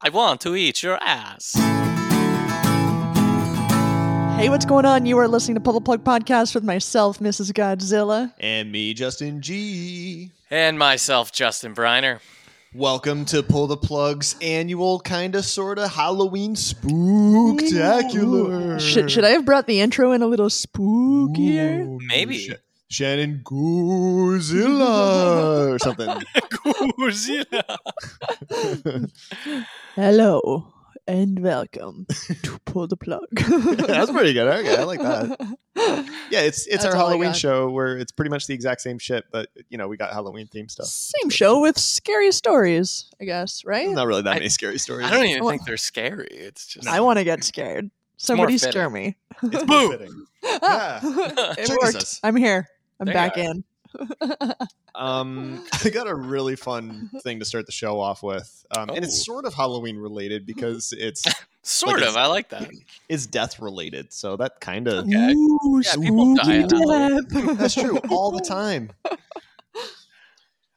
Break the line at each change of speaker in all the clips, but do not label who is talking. I want to eat your ass.
Hey, what's going on? You are listening to Public Plug Podcast with myself, Mrs. Godzilla.
And me, Justin G.
And myself, Justin Briner.
Welcome to Pull the Plug's annual kind of sort of Halloween spooktacular.
Should, should I have brought the intro in a little spookier?
Ooh,
Maybe.
Sha- Shannon Godzilla or something.
Godzilla.
Hello and welcome to Pull the Plug.
That's pretty good. Okay, I like that. Yeah, it's it's
That's
our
all I
Halloween
got.
show where it's pretty much the exact same shit, but you know we got Halloween themed stuff.
Same show with scary stories, I guess, right?
Not really that
I-
many scary stories.
I don't even
Well-
think they're scary. It's just
I want to get scared.
more
Somebody scare me.
It's
Boo.
befitting.
Ah, it
Jesus.
worked. I'm here. I'm
There you
back
are.
in.
Um, I got a really fun thing to start the show off with, um, and
Oh.
it's sort of Halloween related because it's
sort
Like
of.
it's-
I like that.
it's death related. So that kind of
Okay.
Ooh,
Yeah, people die
spooky
at Halloween.
death.
that's true all the time.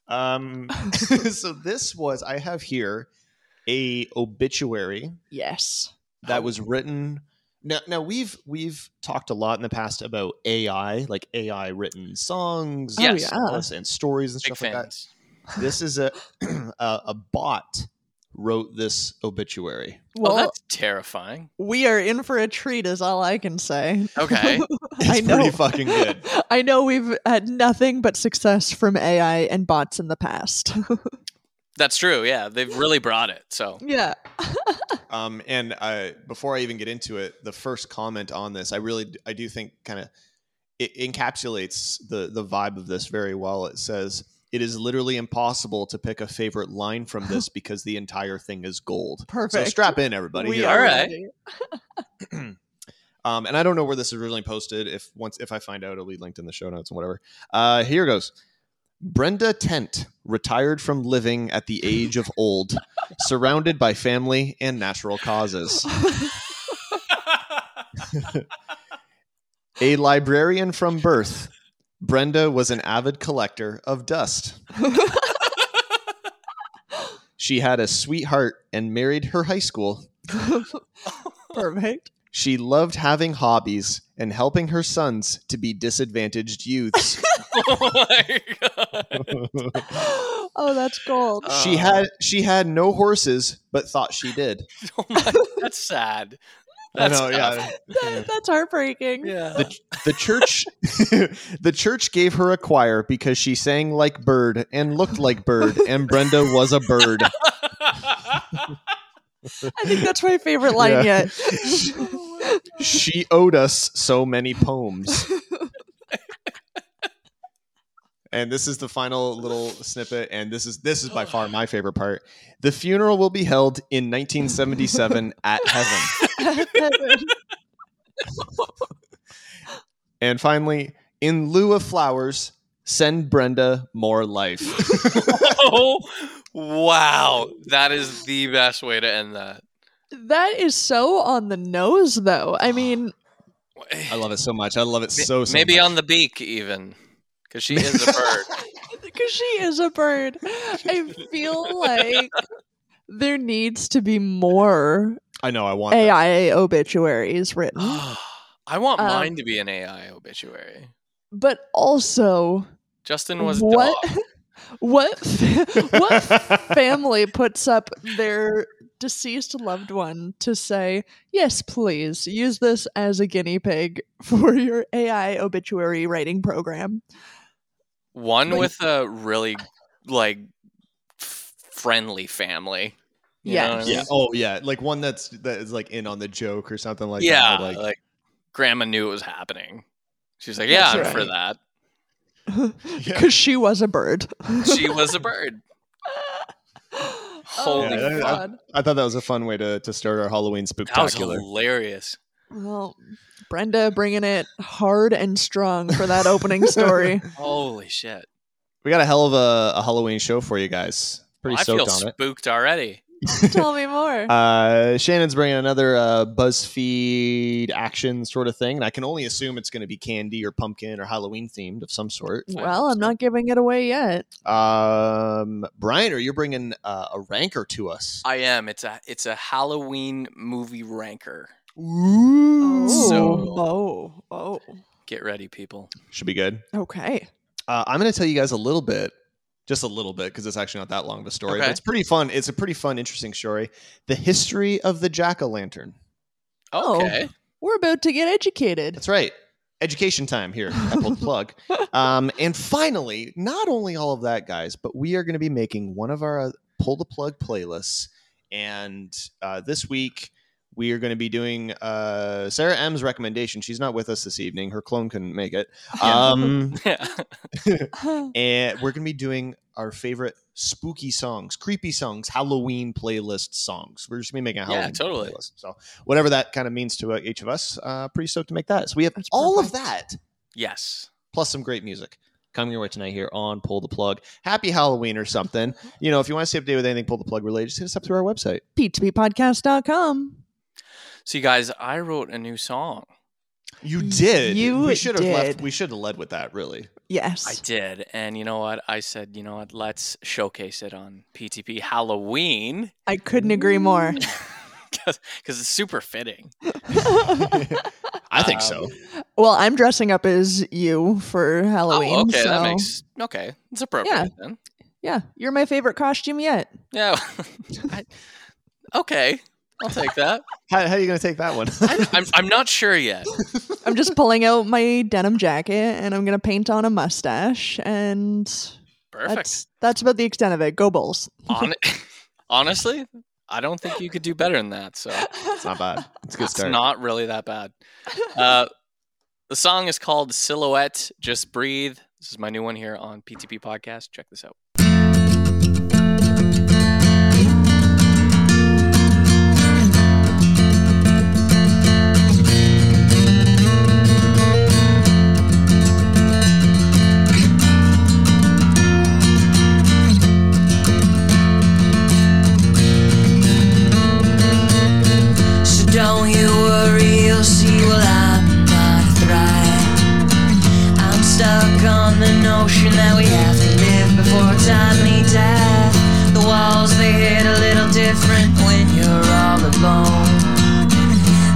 Um, so this was I have here a obituary
Yes.
that
Oh.
was written. Now, now we've we've talked a lot in the past about AI, like AI written songs,
Oh,
and
yeah.
Ah.
songs and stories and
Big
stuff like that.
fans.
This is a a, a bot wrote this obituary.
Well,
oh, that's terrifying.
we are in for a treat, is all I can say.
Okay.
It's
I know.
pretty fucking good.
I know we've had nothing but success from AI and bots in the past.
That's true. Yeah. They've really brought it. So
yeah.
Um, and uh, before I even get into it, the first comment on this, I really, I do think, kind of, it encapsulates the the vibe of this very well. It says, "It is literally impossible to pick a favorite line from this because the entire thing is gold." So
Perfect.
strap in, everybody.
we
Here
are-
are
Alright.
ready.
Um, and I don't know where this is originally posted. If once if I find out, it'll be linked in the show notes and whatever. Uh, here goes. Brenda Tent retired from living at the age of old, surrounded by family and natural causes. A librarian from birth, Brenda was an avid collector of dust. she had a sweetheart and married her high school.
Perfect.
She loved having hobbies and helping her sons to be disadvantaged youths.
oh my God.
oh, that's gold.
she
Uh.
had she had no horses, but thought she did.
Oh my, that's sad.
I
That's
know, yeah.
That- that's heartbreaking.
Yeah.
The church the church gave her a choir because she sang like bird and looked like bird, and Brenda was a bird.
I think that's my favorite line yet.
She owed us so many poems. and this is the final little snippet and this is this is by far my favorite part. The funeral will be held in 1977 at heaven. And finally, in lieu of flowers, send Brenda more life.
oh, wow. That is the best way to end that.
that is so on the nose, though. I mean,
I love it so much. I love it so so
Maybe
much.
on the beak, even. Because she is a bird.
because she is a bird. I feel like there needs to be more
I know I want that.
AI obituaries written,
I want
Oh, Um,
mine to be an AI obituary.
but also
Justin was a
what
dog.
what fa- what family puts up their deceased loved one to say yes please use this as a guinea pig for your ai obituary writing program
One
Like-
with a really like f- friendly family. You know what I
Yes.
yeah.
mean?
Oh yeah. Like one that's that is like in on the joke or something like
yeah,
that.
like,
Like,
grandma knew it was happening. She's like, "Yeah, I'm
That's
for
right.
that."
yeah.
because she was a bird
She was a bird. Holy
oh, my
fuck.
God.
I thought that was a fun way to, to start our Halloween
That was
spooktacular.
hilarious.
well brenda bringing it hard and strong for that opening story
Holy shit!
We got a hell of a, a Halloween show for you guys. Pretty
Well, Oh, I
stoked
feel
on it.
spooked already.
Tell me more.
Uh, Shannon's bringing another uh, BuzzFeed action sort of thing, and I can only assume it's going to be candy or pumpkin or Halloween themed of some sort.
well, I'm not giving it away yet.
Um, Brian, are you bringing uh, a ranker to us?
I am. It's a it's a Halloween movie ranker.
Ooh.
Mm. So-
oh, oh,
Get ready, people.
Should be good.
okay.
Uh, I'm going to tell you guys a little bit, just a little bit, because it's actually not that long of a story. But
Okay.
it's pretty fun. It's a pretty fun, interesting story. The history of the jack o' lantern.
Oh.
Okay.
We're about to get educated.
That's right. Education time here. Apple plug. Um, and finally, not only all of that, guys, but we are going to be making one of our uh, pull the plug playlists. And uh, this week, we are going to be doing uh, Sarah M's recommendation. She's not with us this evening. Her clone couldn't make it. Um,
Um,
and we're going to be doing our favorite spooky songs, creepy songs, Halloween playlist songs. We're just going to be making a
Yeah,
Halloween
totally.
playlist. So whatever that kind of means to uh, each of us, uh, pretty stoked to make that. So we have
That's
all of
perfect.
that
yes.
plus some great music coming your way tonight here on Pull the Plug. Happy Halloween or something. You know, if you want to stay up to date with anything Pull the Plug related, just hit us up through our website.
P2Ppodcast.com.
So you guys, I wrote a new song.
You
Y-
did.
you
we should have left.
did.
We should have led with that, really.
I
Yes.
did. And you know what? I said, you know what? Let's showcase it on PTP Halloween
I, couldn't agree more.
because it's super fitting.
I
Um,
think so.
well, I'm dressing up as you for Halloween.
oh, okay.
so-
That makes okay. It's appropriate
Yeah.
then.
Yeah, you're my favorite costume yet.
Yeah. I, okay. I'll take that.
How, how are you going to take that one?
I, I'm, I'm not sure yet.
I'm just pulling out my denim jacket and I'm gonna paint on a mustache, and
Perfect.
that's that's about the extent of it. Go Bulls!
Hon- honestly, I don't think you could do better than that. So
it's not bad. It's a good
it's
start.
not really that bad. Uh, the song is called Silhouette. Just breathe. This is my new one here on PTP Podcast. Check this out.
So don't you worry, you'll see well I'm not thrive. I'm stuck on the notion that we have to live before time needs death. The walls they hit a little different when you're all alone.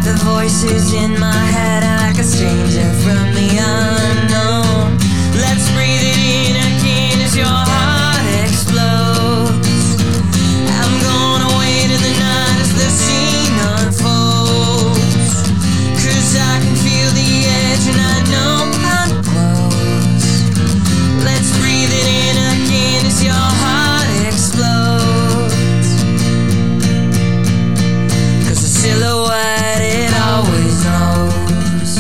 The voices in my head are like a stranger from the unknown. Let's breathe it in again as your heart explodes. I'm gonna wait in the night as the scene unfolds. 'Cause I can feel the edge and I know I'm close. Let's breathe it in again as your heart explodes. 'Cause a silhouette, it always knows.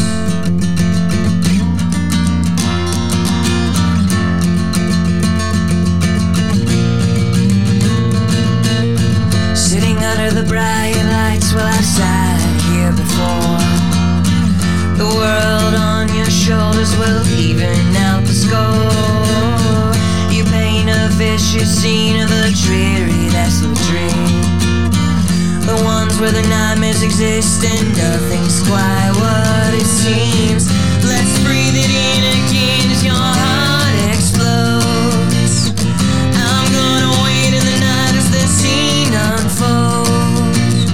Sitting under the bright lights, well, I've sat here before. The world on your shoulders will even out the score. You paint a vicious scene of a dreary, desolate dream. The ones where the nightmares exist and nothing's quite what it seems. Let's breathe it in again as your heart explodes. I'm gonna wait in the night as the scene unfolds.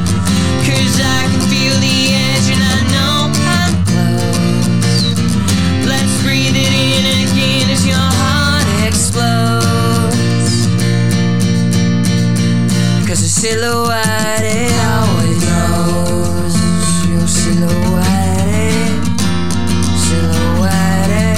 'Cause I can feel the edge and I know I'm close. Let's breathe it in again as your heart explodes. 'Cause a silhouette it always knows. Your silhouette it, silhouette it,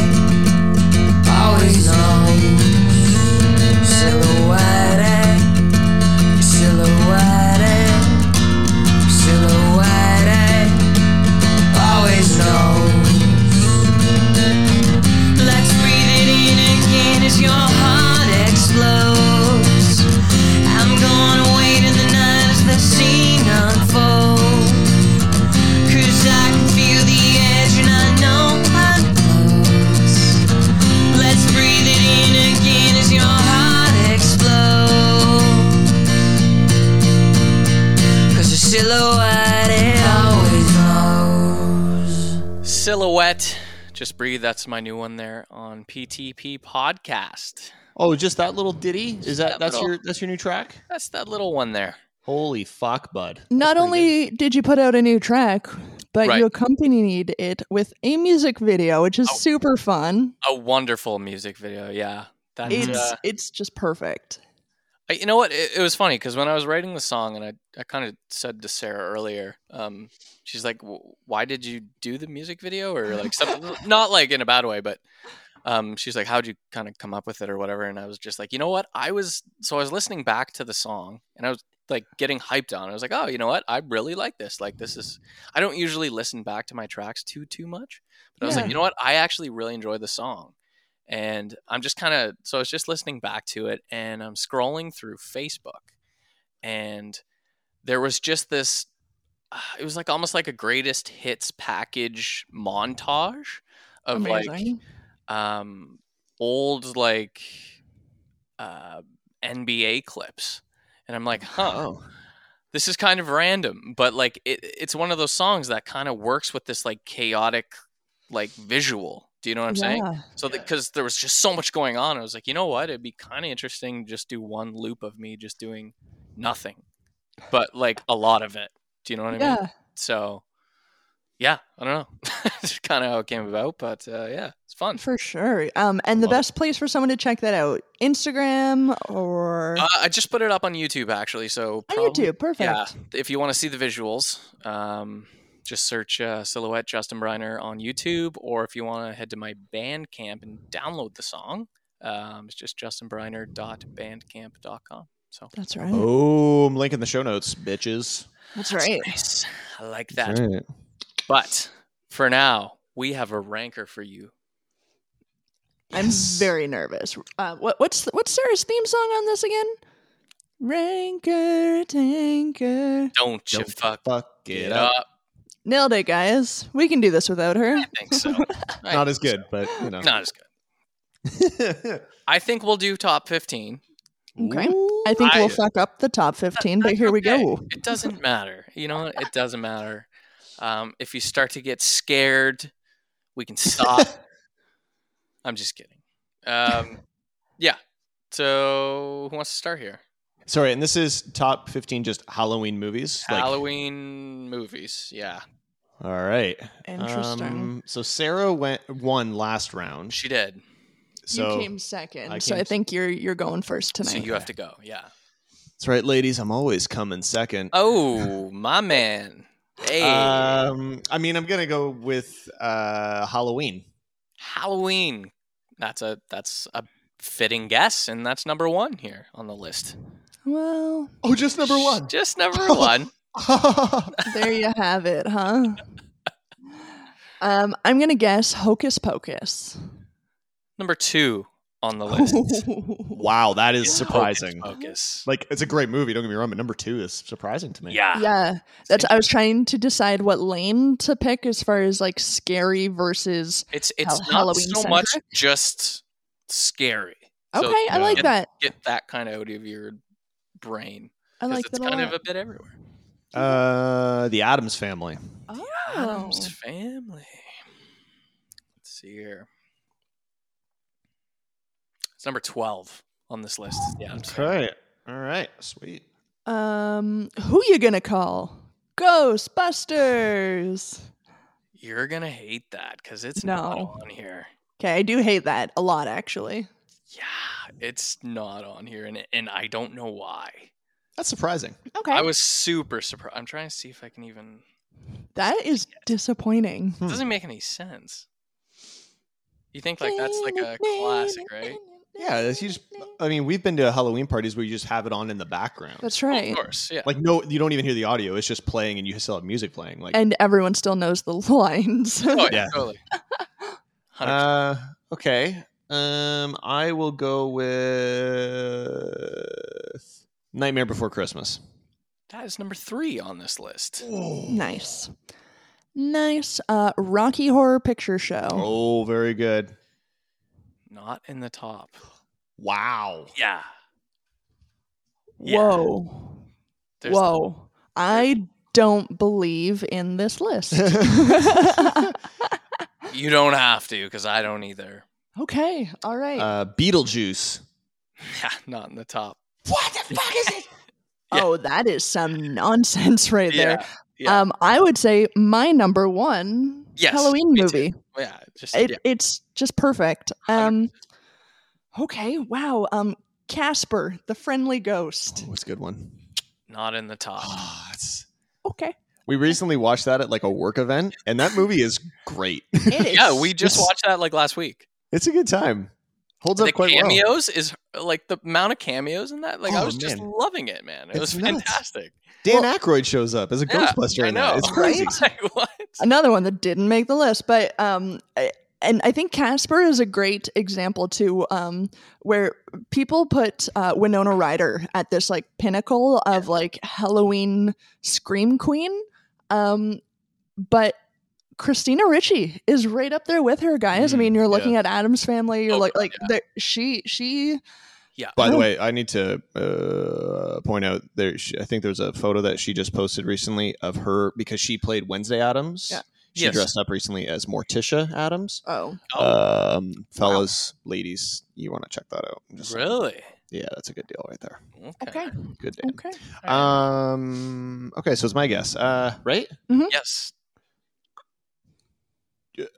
silhouette, it always knows.
Silhouette, just breathe. That's my new one there on PTP podcast.
Oh, just that little ditty? Is that
that
that's
little-
your that's your new track?
That's that little one there.
Holy fuck, bud!
Not only did you put out a new track, but
Right.
you accompanied it with a music video, which is
Oh.
super fun.
A wonderful music video. Yeah, that's
It's
uh,
it's just perfect.
I, you know what? It, it was funny because when I was writing the song, and I, I kind of said to Sarah earlier, um, she's like, "W- "Why did you do the music video?" Or like something, not like in a bad way, but um, she's like, "How'd you kind of come up with it or whatever?" And I was just like, "You know what? I was so I was listening back to the song, and I was like getting hyped on. it. I was like, "Oh, you know what? I really like this. Like this is I don't usually listen back to my tracks too too much, but I was like,
Yeah.
you know what? I actually really enjoy the song." and I'm just kind of so I was just listening back to it and I'm scrolling through Facebook and there was just this ah, it was like almost like a greatest hits package montage of
Amazing.
like um old like uh NBA clips and I'm like huh
Oh,
this is kind of random, but like it, it's one of those songs that kind of works with this like chaotic like visual. Do you know what I'm saying?
Yeah.
So because there was just so much going on, I was like, you know what? It'd be kind of interesting to just do one loop of me just doing nothing, but like a lot of it. Do you know what I
yeah.
mean? So yeah, I don't know. It's kind of how it came about, but uh, yeah, it's fun.
For sure. Um, and the
Love it.
best place for someone to check that out Instagram or
Uh, I just put it up on YouTube actually, so
on
probably-
YouTube. Perfect.
Yeah, if you want to see the visuals, um, just search uh, Silhouette Justin Briner on YouTube, or if you want to head to my Bandcamp and download the song, um, it's just justinbriner.bandcamp.com. So
That's right.
Oh. boom! Link in the show notes, bitches.
That's right.
nice. I like that. But for now, we have a ranker for you.
I'm very nervous. Uh, what, what's what's Sarah's theme song on this again? Ranker Tanker.
Don't you
Don't
fuck
it up.
Nailed it, guys. We can do this without her.
I think so. I
Not as
think
good, but you know.
so. Not as good. I think we'll do top 15.
Okay. I think
I-
we'll fuck up the top 15, but
That's
here we
okay.
go.
It doesn't matter. You know, what? it doesn't matter. Um, if you start to get scared, we can stop. I'm just kidding. Um, yeah. So who wants to start here?
Sorry, and this is top fifteen just Halloween movies. like-
Halloween movies. Yeah,
all right.
Interesting.
Um, so Sarah went won last round.
she did.
So
you came second,
I
so
came
I
s-
think you're you're going first tonight.
So you have to go. Yeah.
that's right, ladies. I'm always coming second.
Oh, my man. Hey,
Um, I mean, I'm gonna go with uh, Halloween.
Halloween. That's a that's a fitting guess, and that's number one here on the list.
well,
Oh, just number one.
Just number one.
there you have it, huh? Um, I'm gonna guess Hocus Pocus.
Number two on the list.
wow, that is
is
surprising.
Oh, Hocus Pocus.
Like, it's a great movie. Don't get me wrong, but number two is surprising to me.
yeah.
yeah, that's. I was trying to decide what lane to pick as far as like scary versus.
It's it's
Hal-
not
Halloween
so much
centric.
just scary.
Okay,
So
I like
yeah.
that.
get that kind of out of your brain.
I
'cause
like
it's
that a
kind of a
lot.
bit everywhere.
Uh, the Adams Family.
oh,
Adam's family. Let's see here. It's number twelve on this list.
Oh,
Yeah.
Okay. All right. Sweet.
um, who you gonna call? Ghostbusters.
You're gonna hate that because it's
No.
not on here.
Okay, I do hate that a lot, actually.
Yeah, it's not on here, and and I don't know why.
That's surprising.
Okay,
I was super surprised. I'm trying to see if I can even.
that is disappointing.
It doesn't make any sense. You think like that's like a classic, right?
Yeah, that's you just. I mean, we've been to Halloween parties where you just have it on in the background.
That's
Well,
right.
of course, yeah.
like no, you don't even hear the audio. It's just playing, and you still have music playing. Like,
and everyone still knows the lines.
oh yeah,
yeah.
totally. 100%.
uh, okay. Um, I will go with Nightmare Before Christmas.
that is number three on this list.
nice. Nice. Uh, Rocky Horror Picture Show.
Oh, very good.
Not in the top.
Wow.
Yeah. yeah.
Whoa.
There's-
Whoa. I don't believe in this list.
You don't have to because I don't either.
okay, all right.
uh, Beetlejuice.
Yeah, not in the top.
What the fuck is it?
yeah.
Oh, that is some nonsense right there.
Yeah, yeah.
Um, I would say my number one
Yes,
Halloween
me too.
movie.
yeah, just
It,
yeah.
It's just perfect. Um, okay, wow. Um, Casper, the friendly ghost.
Oh, it's a good one.
not in the top.
Ah, it's-
Okay,
we recently watched that at like a work event, and that movie is great.
it is.
Yeah, we just
it's-
watched that like last week.
It's a good time. Holds
The
up quite well.
cameos is like the amount of cameos in that. Like I
Oh,
was just
man.
loving it, man. It
It's
was
nuts.
fantastic.
Dan Aykroyd shows up as a
Yeah,
Ghostbuster
I
in
know.
that. It's crazy.
Like, what?
another one that didn't make the list but um I- and i think casper is a great example too um where people put uh, winona ryder at this like pinnacle of like halloween scream queen um but Christina Ritchie is right up there with her, guys. I
Mm,
mean, you're
yeah.
looking at Adam's family. You're
Oh,
like, like the, she, she.
By the
Oh.
way, I need to uh, point out there. She, I think there's a photo that she just posted recently of her because she played Wednesday Adams.
Yeah.
She
Yes.
dressed up recently as Morticia Adams.
Oh,
Um, fellas, ladies, you want to check that out? I'm just saying.
Really?
Yeah, that's a good deal right there.
okay,
Good Dan.
okay.
Um. Okay, so it's my guess. Uh, right?
Yes,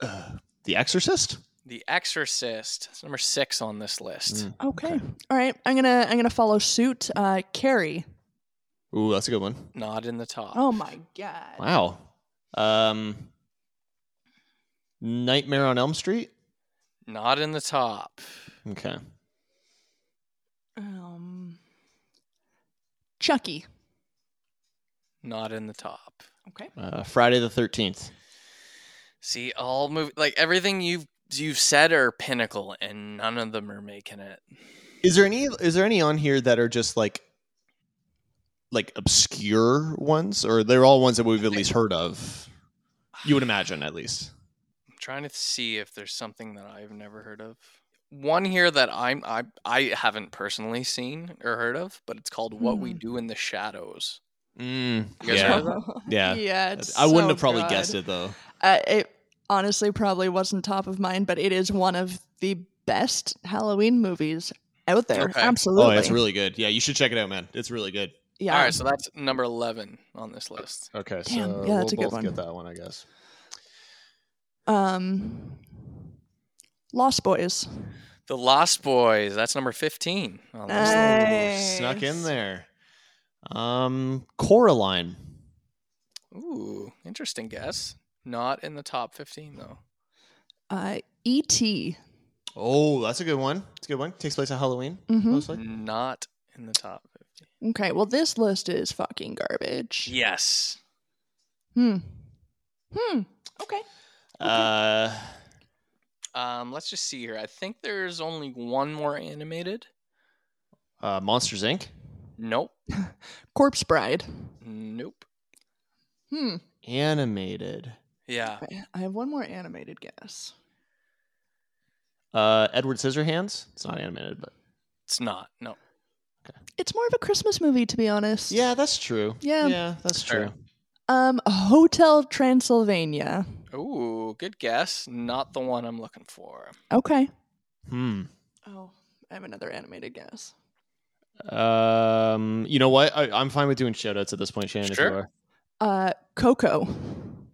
Uh, the Exorcist.
The Exorcist. It's number six on this list.
Mm.
Okay. All right. I'm gonna I'm gonna follow suit. Uh Carrie.
Ooh, that's a good one.
Not in the top.
Oh my god.
Wow. Um. Nightmare on Elm Street.
Not in the top.
Okay.
Um Chucky.
Not in the top.
Okay.
Uh, Friday the Thirteenth.
See, all movie like everything you've you've said are pinnacle, and none of them are making it.
Is there any is there any on here that are just like like obscure ones or they're all ones that we've at least heard of? You would imagine at least.
I'm trying to see if there's something that I've never heard of. One here that I'm I I haven't personally seen or heard of, but it's called What We
Hmm.
Do in the Shadows.
Mm,
You guys heard of that?
Yeah.
yeah. It's
I wouldn't
so
have probably
good.
guessed it though.
Uh, it honestly probably wasn't top of mind, but it is one of the best Halloween movies out there.
Okay.
Absolutely.
Oh, it's really good. Yeah, you should check it out, man. It's really good.
yeah.
All right, so that's number eleven on this list.
Okay,
Damn, yeah, that's a good one.
get that one, I guess.
Um Lost Boys.
The Lost Boys. That's number fifteen on this
Uh,
list.
Nice.
Snuck in there. Um Coraline.
Ooh, interesting guess. Not in the top 15 though.
Uh E.T.
Oh, that's a good one. It's a good one. Takes place at Halloween,
Mhm.
mostly.
Not in the top 15.
Okay, well this list is fucking garbage.
Yes.
Hmm. Hmm. Okay.
Uh
Um, let's just see here. I think there's only one more animated.
uh Monsters Inc.
Nope.
Corpse Bride.
Nope.
Hmm.
Animated.
Yeah.
Okay, I have one more animated guess.
Uh, Edward Scissorhands. It's not animated, but
It's not. No.
It's more of a Christmas movie, to be honest.
yeah, that's true.
Yeah.
yeah, that's
Fair.
true.
Um, Hotel Transylvania.
Ooh, good guess. Not the one I'm looking for.
Okay.
Hmm.
Oh, I have another animated guess.
Um, you know what? I, I'm fine with doing shout outs at this point, Shannon. if you
Sure.
are.
Uh, Coco.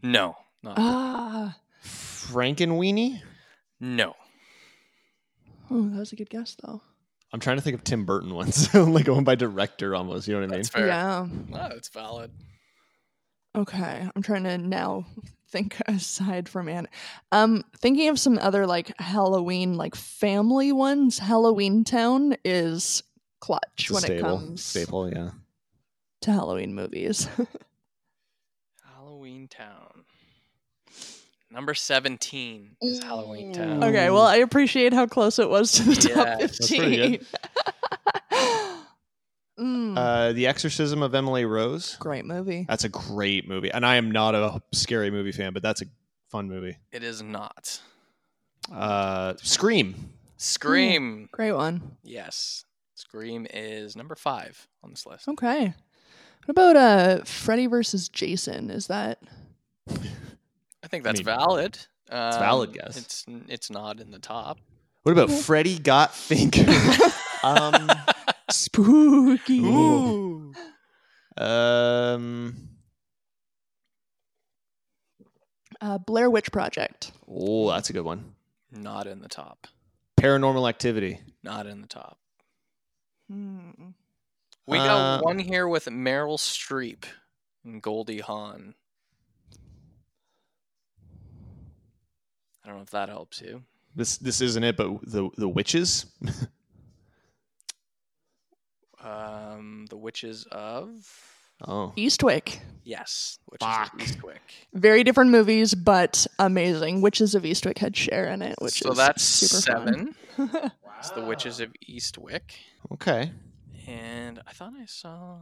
No. Not.
Ah.
Frankenweenie.
no.
Oh, that was a good guess, though.
I'm trying to think of Tim Burton ones, like going by director almost. You know what I mean?
That's fair.
Yeah.
No, it's valid.
Okay. I'm trying to now think aside from an. Um, thinking of some other like Halloween, like family ones. Halloween Town is clutch
It's a
when it
staple.
comes
Staple, yeah.
to Halloween movies.
Halloween Town. Number 17 is Halloween Town.
Okay, well, I appreciate how close it was to the
Yeah.
top
That's
pretty
15. Mm,
Uh, The Exorcism of Emily Rose.
great movie.
That's a great movie, and I am not a scary movie fan, but that's a fun movie.
It is not.
Uh, Scream.
Scream.
Great one.
Oh,
Yes. Scream is number five on this list.
Okay. What about uh Freddy versus Jason? Is that
I think that's
mean,
valid. Um,
valid guess.
It's it's not in the top.
What about
Yeah.
Freddy Got Fingered? um,
spooky?
Ooh. um,
Uh, Blair Witch Project.
oh, that's a good one.
Not in the top.
Paranormal Activity.
Not in the top.
Hmm.
We got
Uh,
one here with Meryl Streep and Goldie Hawn. I don't know if that helps you.
This this isn't it, but the the witches.
Um, the Witches of
Oh,
Eastwick.
yes, Witches
Fuck.
of Eastwick.
Very different movies, but amazing. Witches of Eastwick had Cher in it, which
so
is
that's
super fun.
seven. It's the Witches of Eastwick,
okay.
and I thought I saw.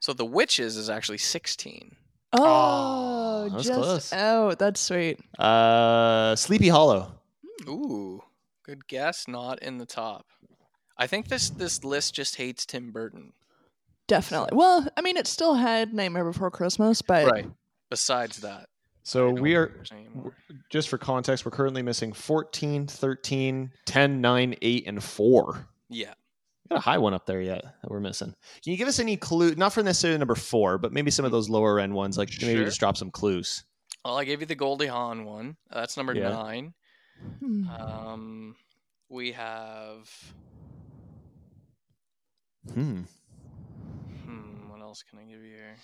So the Witches is actually sixteen.
Oh,
that was
just
close.
oh, that's sweet.
Uh, Sleepy Hollow.
Ooh, good guess. Not in the top. I think this this list just hates Tim Burton.
Definitely. Well, I mean, it still had Nightmare Before Christmas, but
Besides that,
So
I don't
we
think
are
there's any more.
just for context, we're currently missing 14, 13, 10, 9, 8, and 4.
Yeah.
We got a high one up there yet that we're missing. Hmm. Can you give us any clue? Not for necessarily number four, but maybe some of those lower end ones. Like maybe
Sure.
just drop some clues.
Well, I gave you the Goldie Hawn one. Uh, That's number
Yeah.
nine.
Hmm.
Um, we have.
Hmm.
Hmm, what else can I give you here?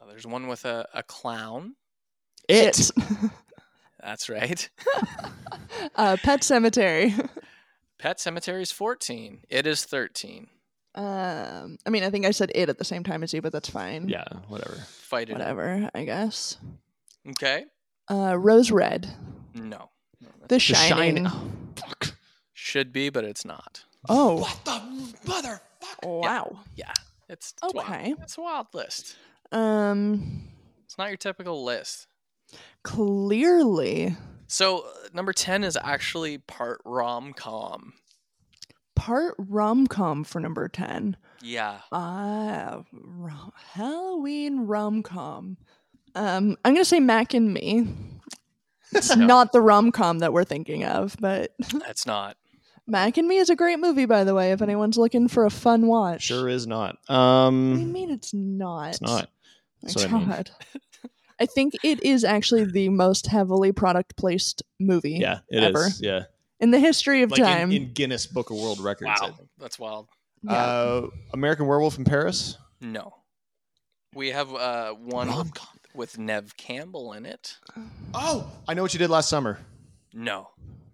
Uh, there's one with a, a clown.
It.
That's right.
uh, Pet Cemetery.
Pet Cemetery is 14. It is 13.
Um, I mean, I think I said it at the same time as you, but that's fine.
Yeah. Whatever.
Fight it. out.
Whatever, I guess.
Okay.
Uh, Rose Red.
No. No, that
The
The
Shining.
Oh, fuck.
Should be, but it's not.
oh,
What the motherfucker?
wow.
Yeah. It's it's
Okay.
Wild. It's a wild list.
Um,
It's not your typical list.
clearly
So uh, number 10 is actually part rom com.
part rom com for number ten.
Yeah.
Ah, rom- Halloween rom com. Um, I'm gonna say Mac and Me. It's
No.
not the rom com that we're thinking of, but
That's not.
Mac and Me is a great movie, by the way. If anyone's looking for a fun watch,
Sure is not.
What do you
Um,
mean it's not?
it's not.
My
That's what I mean.
God. I think it is actually the most heavily product placed movie
Yeah, it is.
Ever.
Yeah,
in the history of
like
time.
in, in Guinness Book of World Records. I
Wow.
think.
That's wild.
Yeah.
Uh, American Werewolf in Paris.
No. We have uh, one
Rom-com.
with Nev Campbell in it.
Oh, I know what you did last summer.
No.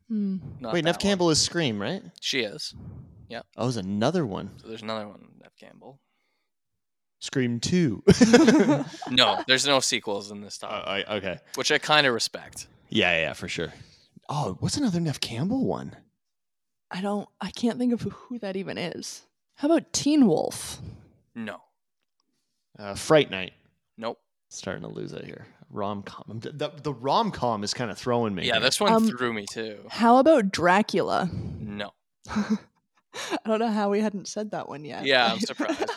Hmm.
Not
Wait,
that
Nev
one.
Campbell is Scream, right?
She is.
Oh, there's another one.
So there's another one, Nev Campbell.
Scream Two.
No, there's no sequels in this
Uh,
top,
I, okay.
which I kind of respect.
Yeah, yeah, yeah, for sure. Oh, what's another Nev Campbell one?
I don't. I can't think of who that even is. How about Teen Wolf?
No.
Uh, Fright Night.
Nope.
Starting to lose it here. Rom com. The, the rom com is kind of throwing me.
Yeah,
here.
this one
Um,
threw me too.
How about Dracula?
No.
I don't know how we hadn't said that one yet.
Yeah, I'm surprised.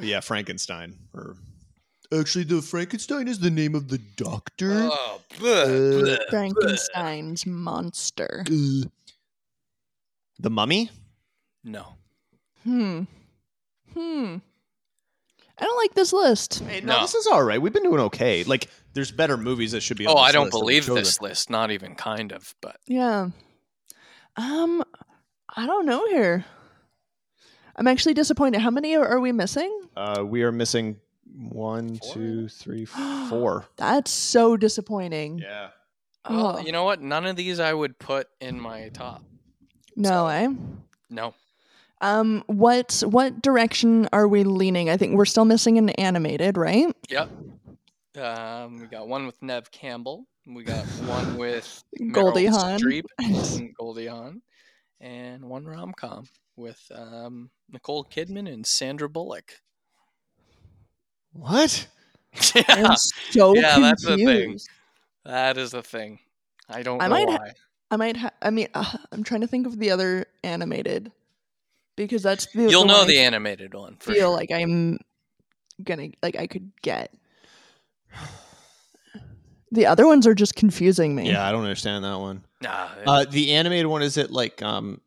yeah Frankenstein. Or actually, the Frankenstein is the name of the
Mm-hmm.
doctor.
oh,
Uh,
bleh, bleh, bleh.
Frankenstein's monster.
Uh, the Mummy.
No.
Hmm. Hmm. I don't like this list.
Hey,
No.
this is all right. We've been doing okay. Like, there's better movies that should be. On
Oh,
this
I don't
list that we
believe
chose
this list. Not even kind of, but
Yeah. Um, I don't know here. I'm actually disappointed. How many are we missing?
Uh, we are missing one,
Four?
two, three, four.
That's so disappointing.
yeah.
Oh,
well, uh, you know what? None of these I would put in my top.
no way.
No.
Um, what what direction are we leaning? I think we're still missing an animated, right?
Yep. Um, we got one with Nev Campbell. We got one with Meryl
Goldie Hawn.
Streep and Goldie Hawn, and one rom com with um, Nicole Kidman and Sandra Bullock.
What?
yeah,
I'm so
Yeah, that's the thing.
confused.
that is the thing. I don't
I
know
might ha-
why.
I might. Ha- I mean, uh, I'm trying to think of the other animated. because that's the
You'll
the
know
one
the
I
animated one. For
feel
sure.
like I'm gonna like I could get. The other ones are just confusing me.
Yeah, I don't understand that one.
nah,
Uh, the animated one is it like um,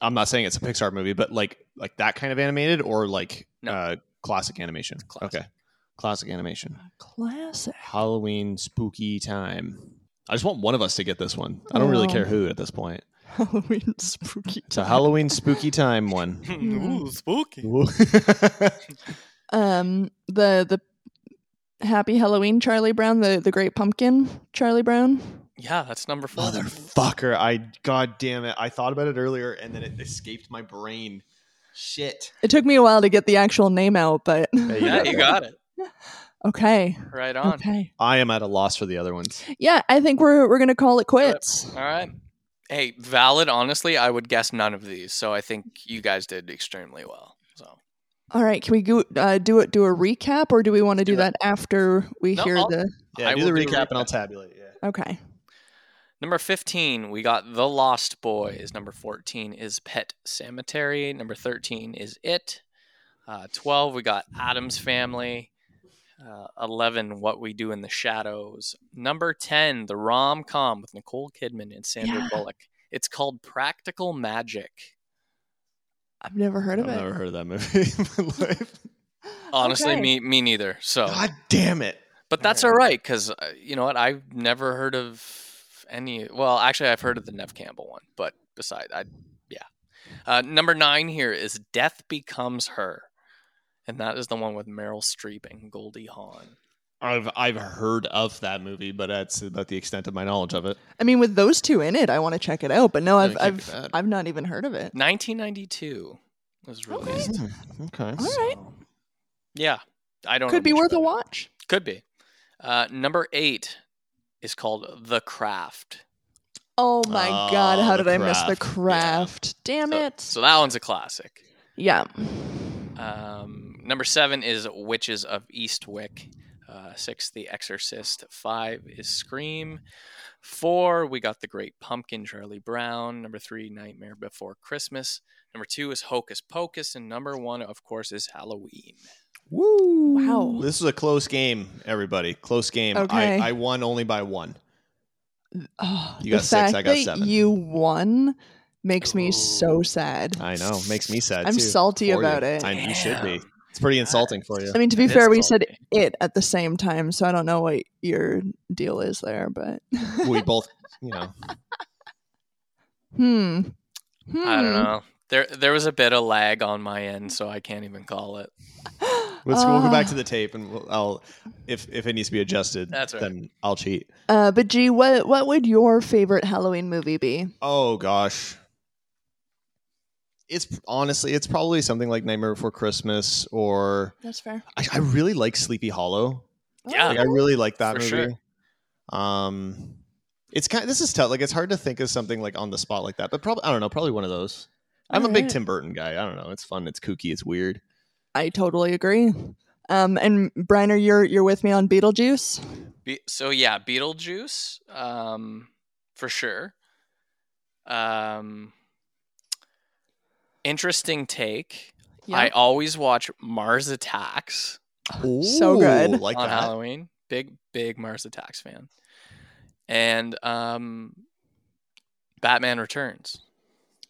I'm not saying it's a Pixar movie, but like like that kind of animated or like
No.
uh, classic animation.
Classic.
Okay, classic animation.
Classic.
Halloween spooky time. I just want one of us to get this one. I don't really
Wow.
care who at this point.
Halloween spooky.
It's a Halloween spooky time one.
Ooh,
spooky.
Um the the Happy Halloween Charlie Brown, the the Great Pumpkin Charlie Brown.
Yeah, that's number four.
Motherfucker! I god damn it! I thought about it earlier and then it escaped my brain. Shit.
It took me a while to get the actual name out, but
you
Yeah, you got it.
okay.
Right on.
Okay.
I am at a loss for the other ones.
Yeah, I think we're we're gonna call it quits.
All right. Hey, valid. Honestly, I would guess none of these. So I think you guys did extremely well. So
All right, can we go, uh, do it? Do a recap, or do we want to do that after we
No,
hear
I'll-
the?
Yeah,
I
do
will
the
do a
recap and I'll
recap.
tabulate. Yeah.
Okay.
number fifteen, we got The Lost Boys. Number fourteen is Pet Cemetery. Number thirteen is It. Uh, Twelve, we got Adam's Family. Uh, Eleven, What We Do in the Shadows. Number ten, the rom com with Nicole Kidman and Sandra
Yeah.
Bullock. It's called Practical Magic.
I've never heard
I've
of it.
never heard of that movie in my life.
Honestly,
Okay.
me me neither. So
God damn it.
But that's all right because you know what? I've never heard of any. Well, actually, I've heard of the Nev Campbell one, but beside, I yeah. Uh, number nine here is "Death Becomes Her," and that is the one with Meryl Streep and Goldie Hawn.
I've I've heard of that movie, but that's about the extent of my knowledge of it.
I mean, with those two in it, I want to check it out. But no, I've
it can't be
I've
bad.
I've not even heard of it.
1992 was released.
Hmm, Okay.
All right,
Yeah, I don't know
could be
much
worth a
about it.
watch.
Could be. Uh, number eight is called "The Craft,"
Oh my
Oh,
god, how
The
did I miss the craft? Damn
So-
it!
so that one's a classic.
yeah.
Um, number seven is Witches of Eastwick. Uh, six, The Exorcist. Five is Scream. Four, we got The Great Pumpkin, Charlie Brown. Number three, Nightmare Before Christmas. Number two is Hocus Pocus. And number one, of course, is Halloween.
Woo.
Wow.
This is a close game, everybody. Close game.
Okay.
I, I won only by one.
Oh,
You
the
got six, I
fact
got
that
seven.
You won makes me
Ooh.
so sad.
I know. Makes me sad.
I'm
too,
salty
for you.
about it.
I, you should be.
Damn.
It's pretty insulting for you.
I mean, to be
That
fair,
is
we
salty.
said it at the same time, so I don't know what your deal is there, but
we both, you know.
hmm. hmm.
I don't know. There, there was a bit of lag on my end, so I can't even call it.
Let's we'll go back
Ah.
to the tape, and we'll, I'll, if if it needs to be adjusted,
That's right.
then I'll cheat.
Uh, but G, what what would your favorite Halloween movie be?
Oh gosh. It's honestly, it's probably something like Nightmare Before Christmas, or
That's fair.
I, I really like Sleepy Hollow.
Yeah.
Like, I really like that
For
movie.
sure.
Um, it's kind. This is tough. Like it's hard to think of something like on the spot like that. But probably I don't know. Probably one of those. I'm a big
Alright.
Tim Burton guy. I don't know. It's fun. It's kooky. It's weird.
I totally agree. Um, and Briner, you're you're with me on Beetlejuice.
Be- so yeah, Beetlejuice, um, for sure. Um, interesting take. I always watch Mars Attacks
So good.
Ooh, Like
on
that.
Halloween. Big, big Mars Attacks fan. And um, Batman Returns.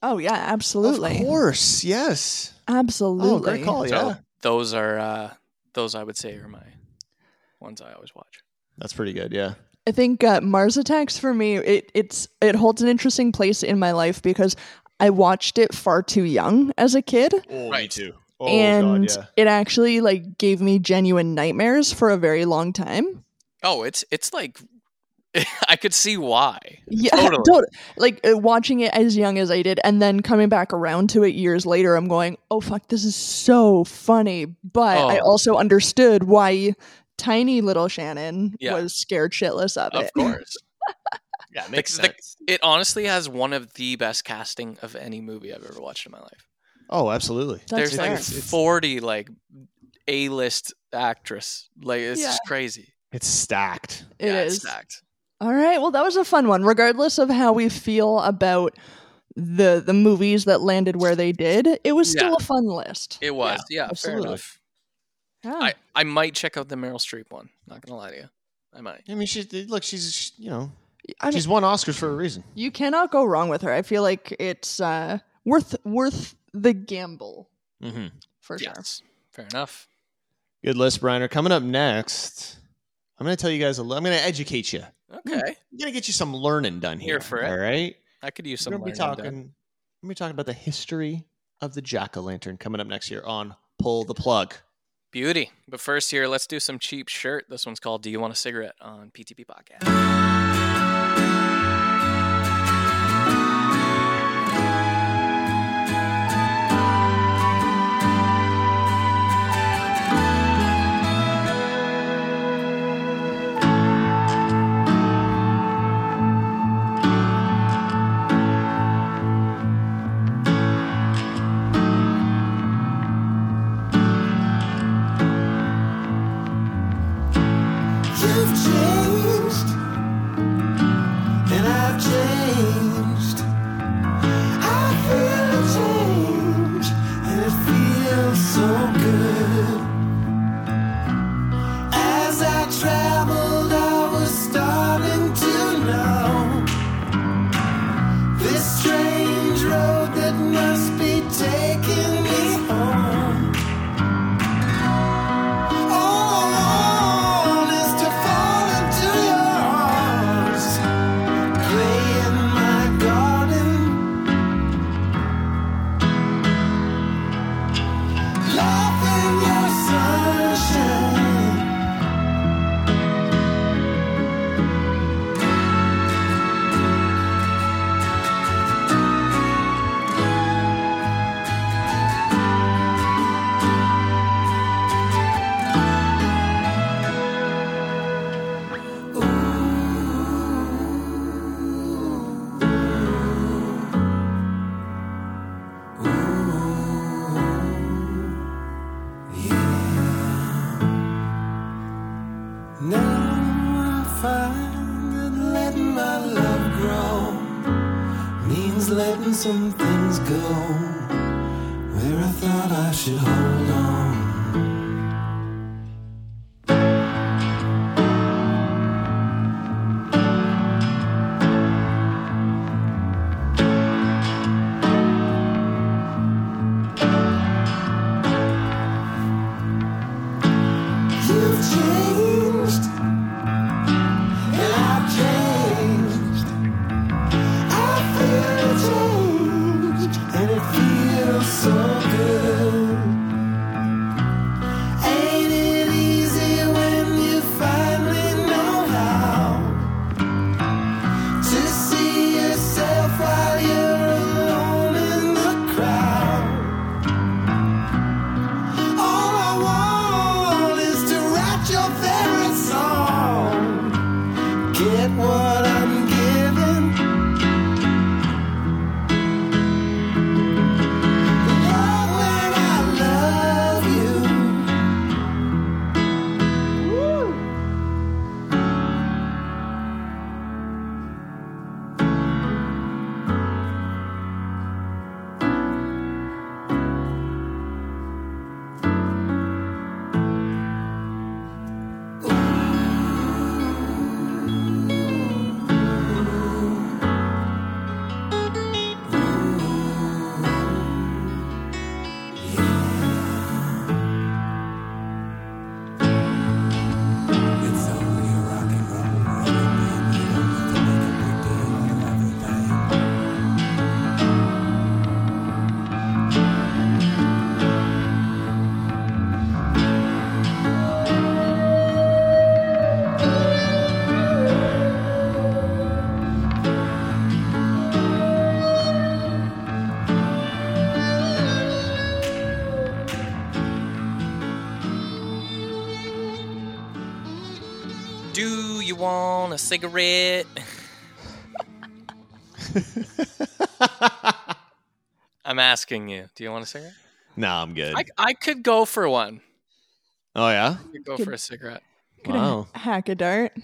Oh yeah, absolutely,
Of course. Yes.
absolutely.
Oh, great call. Yeah.
Those are uh, those I would say are my ones I always watch.
That's pretty good. Yeah.
I think uh, Mars Attacks for me it it's it holds an interesting place in my life because I watched it far too young as a kid
Oh,
Right.
too. Oh
and
god. Yeah.
it actually like gave me genuine nightmares for a very long time.
Oh, it's it's like I could see why.
Yeah,
Totally.
tot- like uh, watching it as young as I did, and then coming back around to it years later, I'm going, "Oh fuck, this is so funny." But I
Oh.
also understood why tiny little Shannon
Yeah.
was scared shitless of,
Of
it.
course.
Yeah. it
the- It honestly has one of the best casting of any movie I've ever watched in my life.
oh, absolutely.
That's
There's
fair.
like 40 like A-list actress. Like it's
Yeah.
just crazy.
It's stacked.
It
yeah,
is.
It's stacked.
All right. Well, that was a fun one. Regardless of how we feel about the the movies that landed where they did, it was still
Yeah.
a fun list.
It was, yeah, fair
absolutely.
enough.
Yeah.
I, I might check out the Meryl Streep one. Not gonna lie to you, I might.
I mean, she's look, she's she, you know,
I mean,
she's won Oscars for a reason.
you cannot go wrong with her. I feel like it's uh, worth worth the gamble
Mm-hmm.
for sure.
Yes, fair enough.
Good list, Briner. Coming up next, I'm going to tell you guys. A li- I'm going to educate you.
Okay,
I'm going to get you some learning done here.
Here for it.
All right.
I could use some.
We're going to be
learning done.
talking. We're going to be talking about the history of the jack o' lantern coming up next year on Pull the Plug.
Beauty. But first, here, let's do some cheap shirt. This one's called Do You Want a Cigarette on PTP Podcast.
You've changed, and I've changed. I feel a change, and it feels so good. As I traveled, I was starting to know this strange road that must be taking me home. All is to fall into your arms, play in my garden. Laugh in your sunshine. Now I find that letting my love grow means letting some things go where I thought I should hold on. You've changed, and I've changed. I feel changed, and it feels so good. Ain't it easy when you finally know how to see yourself while you're alone in the crowd? All I want is to write your favorite song. Get what I'm giving. Love when I love you. It's only a rock and roll record, baby. You don't have to make a big deal out of everything.
Do you want a cigarette? I'm asking you. Do you want a cigarette?
nah, I'm good.
I, I could go for one.
oh yeah.
I could go
Good.
for a cigarette.
Could ha-
Wow.
hack a dart.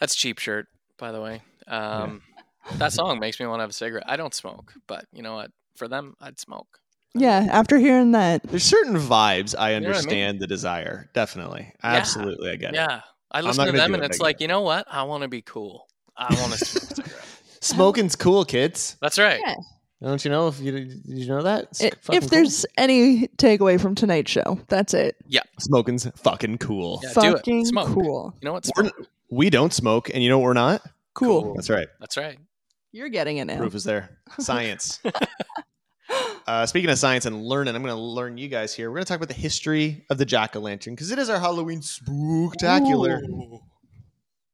That's cheap shirt, by the way. Um, That song makes me want to have a cigarette. I don't smoke, but you know what? For them, I'd smoke.
Yeah, after hearing that,
There's certain vibes
know what
I
I mean?
understand the desire. Definitely.
Yeah.
Absolutely. I get it.
Yeah. I listen
not
to
gonna
them
do
and
it,
it's
I
like,
get
you know what? I want to be cool. I want to smoke a cigarette.
Smoking's cool, kids.
That's right.
Yeah.
Don't you know if you did you know that? It's
i-
fucking
if there's any takeaway from tonight's show, that's it.
cool. smoking's fucking cool.
Yeah, do it.
Fucking
Smoke.
cool.
You know what?
We're-
Smoke.
We don't smoke, and you know what we're not?
Cool.
Cool.
That's right.
That's right.
You're getting it now.
Proof is there. Science. uh, speaking of science and learning, I'm going to learn you guys here. We're going to talk about the history of the jack o' lantern because it is our Halloween spooktacular.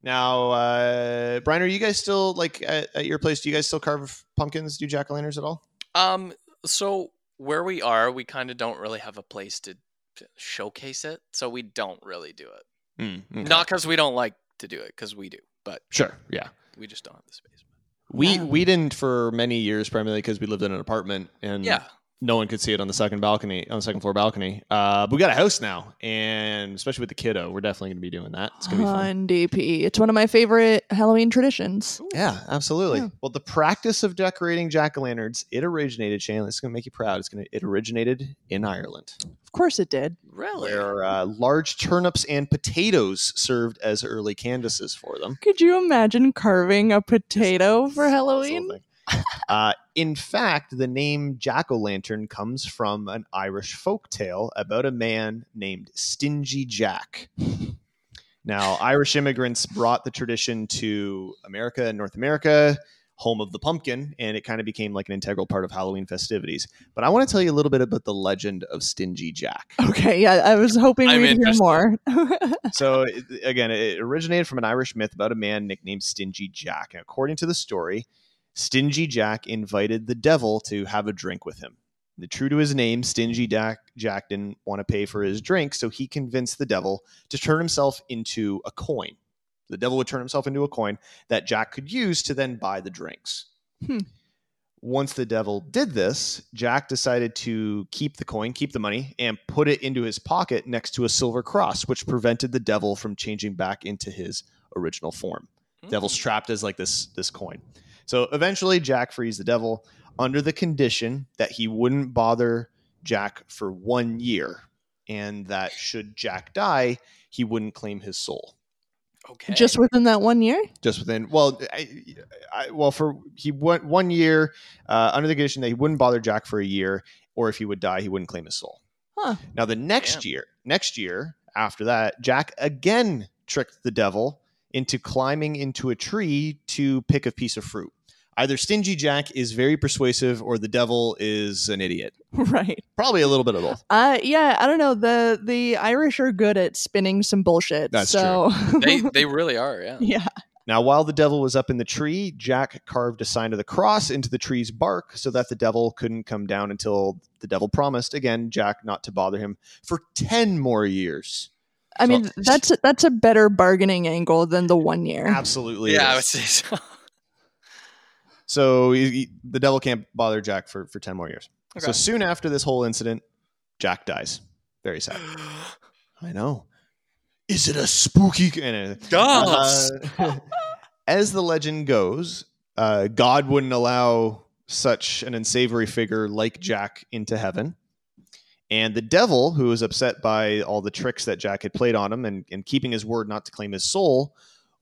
Now, uh, Brian, are you guys still like at, at your place? Do you guys still carve pumpkins? Do jack o' lanterns at all?
Um, so where we are, we kind of don't really have a place to to showcase it, so we don't really do it. Not because we don't like to do it, because we do, but
Mm, sure. Yeah.
we just don't have the space.
We
Yeah.
we didn't for many years primarily because we lived in an apartment and
Yeah,
no one could see it on the second balcony on the second floor balcony. Uh, but we got a house now, and especially with the kiddo, we're definitely going to be doing that. It's going to be fun.
on DP. It's one of my favorite Halloween traditions.
Yeah, absolutely.
Yeah.
Well, the practice of decorating jack o' lanterns it originated, Shane. It's going to make you proud. It's going to it originated in Ireland,
Of course, it did.
really.
where uh, large turnips and potatoes served as early canvases for them.
Could you imagine carving a potato for Halloween?
Absolutely. uh, in fact, the name jack o' lantern comes from an Irish folk tale about a man named Stingy Jack. Now, Irish immigrants brought the tradition to America and North America, home of the pumpkin, and it kind of became like an integral part of Halloween festivities. But I want to tell you a little bit about the legend of Stingy Jack.
Okay, yeah, I was hoping
I'm
we'd
interested.
hear more.
so it- again, it originated from an Irish myth about a man nicknamed Stingy Jack. And according to the story, Stingy Jack invited the devil to have a drink with him. The true to his name, Stingy Jack, Jack didn't want to pay for his drink, so he convinced the devil to turn himself into a coin. The devil would turn himself into a coin that Jack could use to then buy the drinks.
Hmm.
Once the devil did this, Jack decided to keep the coin, keep the money, and put it into his pocket next to a silver cross, which prevented the devil from changing back into his original form.
Hmm.
Devil's trapped as like this this coin. So eventually Jack frees the devil under the condition that he wouldn't bother Jack for one year, and that should Jack die, he wouldn't claim his soul
Okay.
Just within that one year?
just within well I, I, well for he went one year uh, under the condition that he wouldn't bother jack for a year or if he would die he wouldn't claim his soul
Huh.
now the next
Damn.
year next year after that jack again tricked the devil into climbing into a tree to pick a piece of fruit either stingy jack is very persuasive or the devil is an idiot
Right.
probably a little bit of both
Uh, yeah, I don't know. The the Irish are good at spinning some bullshit.
That's
so
they they really are. Yeah.
yeah.
Now, while the devil was up in the tree, Jack carved a sign of the cross into the tree's bark so that the devil couldn't come down until the devil promised again Jack not to bother him for 10 more years.
I mean,
So-
that's a, that's a better bargaining angle than the one year.
Absolutely.
Yeah, I
it
would
is.
say so.
So he- he- the devil can't bother Jack for, for 10 more years. So
Okay.
soon after this whole incident, Jack dies. Very sad. I know. Is it a spooky? And, uh,
Does.
uh, as the legend goes, uh, God wouldn't allow such an unsavory figure like Jack into heaven. And the devil, who was upset by all the tricks that Jack had played on him and, and keeping his word not to claim his soul,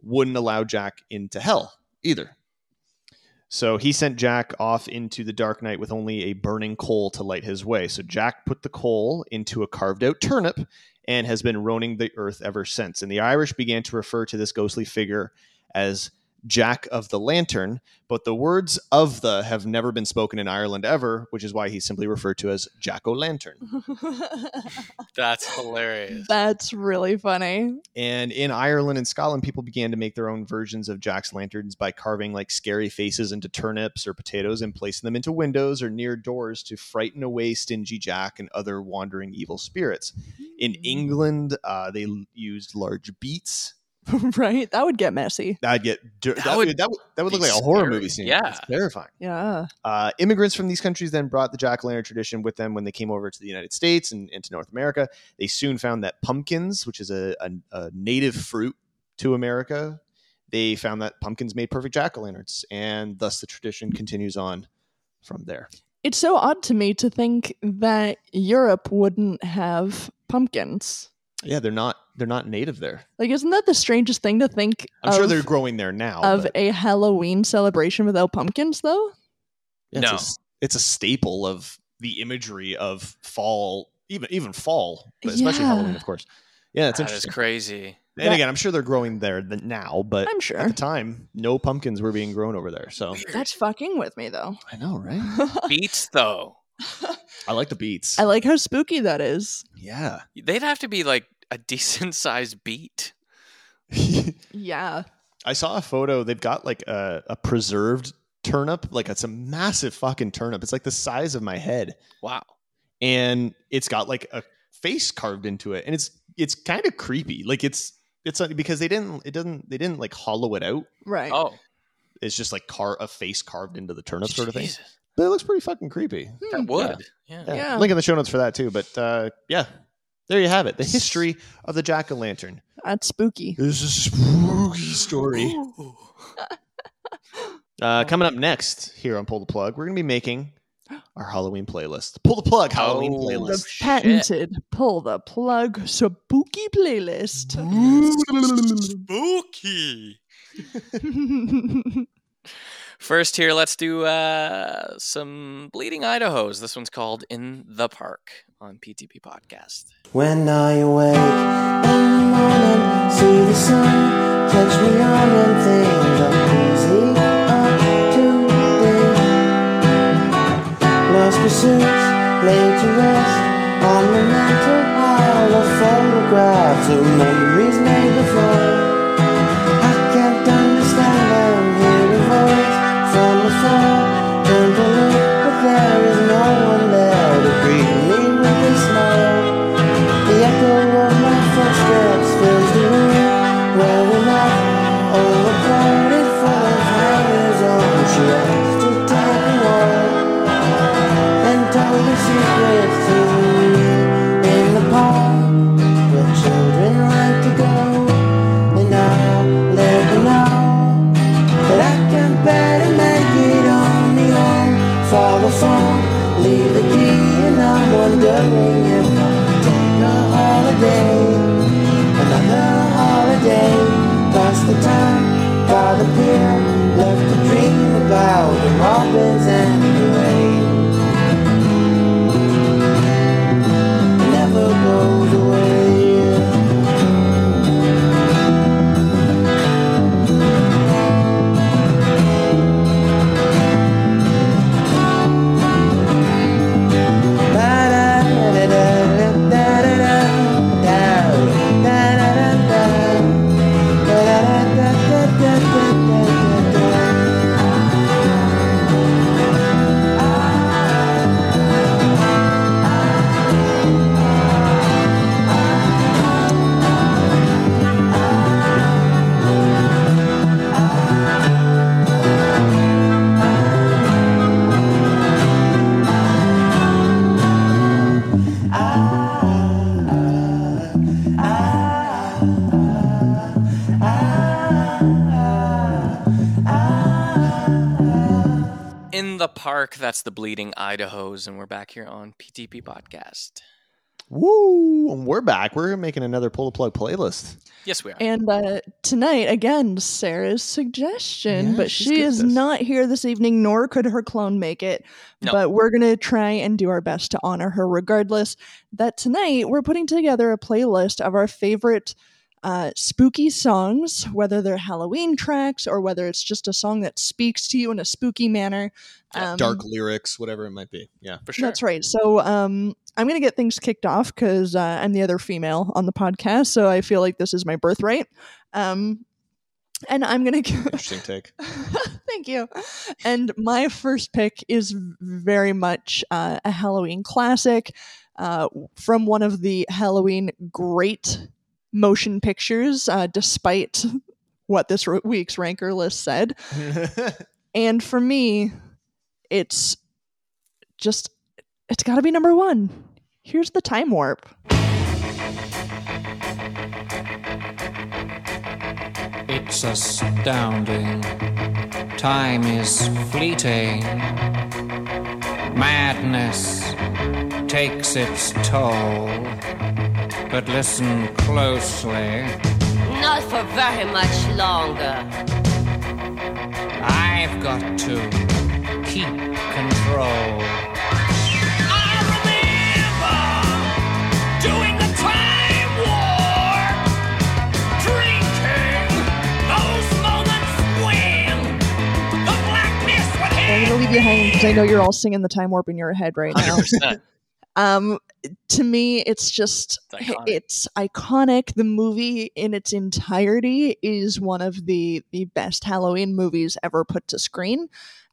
wouldn't allow Jack into hell either. So he sent Jack off into the dark night with only a burning coal to light his way. So Jack put the coal into a carved out turnip and has been roaming the earth ever since. And the Irish began to refer to this ghostly figure as Jack of the Lantern, but the words of the have never been spoken in Ireland ever, which is why he's simply referred to as Jack o' Lantern.
Mm-hmm.
That's hilarious.
that's really funny.
And in Ireland and Scotland, people began to make their own versions of Jack's lanterns by carving like scary faces into turnips or potatoes and placing them into windows or near doors to frighten away stingy Jack and other wandering evil spirits. In
Mm.
England, uh, they l- used large beets
right? That would get messy.
I'd get that, that
would
would that would, that would
be
look like a horror
scary.
movie scene.
Yeah.
it's terrifying.
Yeah.
Uh, immigrants from these countries then brought the jack o' lantern tradition with them when they came over to the United States and into North America. They soon found that pumpkins, which is a, a, a native fruit to America, they found that pumpkins made perfect jack o' lanterns, and thus the tradition continues on from there.
It's so odd to me to think that Europe wouldn't have pumpkins.
Yeah, they're not they're not native there.
Like, isn't that the strangest thing to think
I'm
of,
sure they're growing there now.
of
but
a Halloween celebration without pumpkins, though?
it's,
No.
a, s- it's a staple of the imagery of fall, even even fall, but especially Halloween,
Yeah.
of course. Yeah, it's
That is
interesting.
crazy.
and again, I'm sure they're growing there th- now, but
I'm
at
sure.
the time, no pumpkins were being grown over there. So
That's fucking with me, though.
I know, right?
Beats though.
I like the beats.
I like how spooky that is.
yeah.
They'd have to be like a decent sized beat.
Yeah.
I saw a photo. They've got like a, a preserved turnip. Like it's a massive fucking turnip. It's like the size of my head.
Wow.
And it's got like a face carved into it. And it's it's kind of creepy. Like it's it's like, because they didn't it doesn't they didn't like hollow it out.
Right.
Oh,
It's just like car a face carved into the turnip sort of thing.
Jesus.
But it looks pretty fucking creepy.
That would. Yeah.
Yeah.
Yeah.
Link in the show notes for that too. But uh yeah. There you have it. The history of the jack-o'-lantern.
That's spooky.
This is a spooky story. Uh, coming up next here on Pull the Plug, we're going to be making our Halloween playlist. Pull the Plug Halloween
Oh.
The
playlist.
patented pull the plug spooky playlist.
Spooky. First here, let's do uh, some Bleeding Idahos. This one's called In the Park on PTP Podcast.
When I wake in the morning, see the sun, catch me on and things are easy up today. Lost pursuits, laid to rest on the mantel pile of photographs of memories made before. I can't understand them, hear a voice from afar. Turn to look, but there is no one there to greet me with a smile. The echo of my footsteps fills the room where we met. Overcrowded full of hangers on shelves to tell the world and tell the secrets to me in the park where children like to go. And I'll let them know that I can better make it on my own. Follow the phone, leave the key, and I'm wondering if I'll take a holiday. Another holiday, pass the time by the pier, left to dream about the robins and the rain. Never goes away. Thank
In the Park, that's the Bleeding Idahos, and we're back here on PTP Podcast.
Woo! And we're back. We're making another Pull the Plug playlist.
Yes, we are.
and uh, tonight, again, Sarah's suggestion,
Yeah,
but
she's
she
good at
is
this.
not here this evening, nor could her clone make it.
No.
But we're going to try and do our best to honor her regardless. That tonight, we're putting together a playlist of our favorite uh, spooky songs, whether they're Halloween tracks or whether it's just a song that speaks to you in a spooky manner. Um,
Dark lyrics, whatever it might be. Yeah.
For sure.
That's right. So um, I'm going to get things kicked off because uh, I'm the other female on the podcast. So I feel like this is my birthright. Um, and I'm going to.
Interesting take.
Thank you. And my first pick is very much uh, a Halloween classic uh, from one of the Halloween great motion pictures, uh, despite what this r- week's ranker list said. And for me, it's just, it's got to be number one. Here's the time warp.
It It's astounding. Time is fleeting. Madness takes its toll. But listen closely.
Not for very much longer.
I've got to keep control.
I remember doing the time war, drinking those moments when the blackness would
I'm gonna
hit
leave you hanging because I know you're all singing the time warp in your head right now.
100%.
Um, to me, it's just
It's iconic.
it's iconic. The movie in its entirety is one of the the best Halloween movies ever put to screen.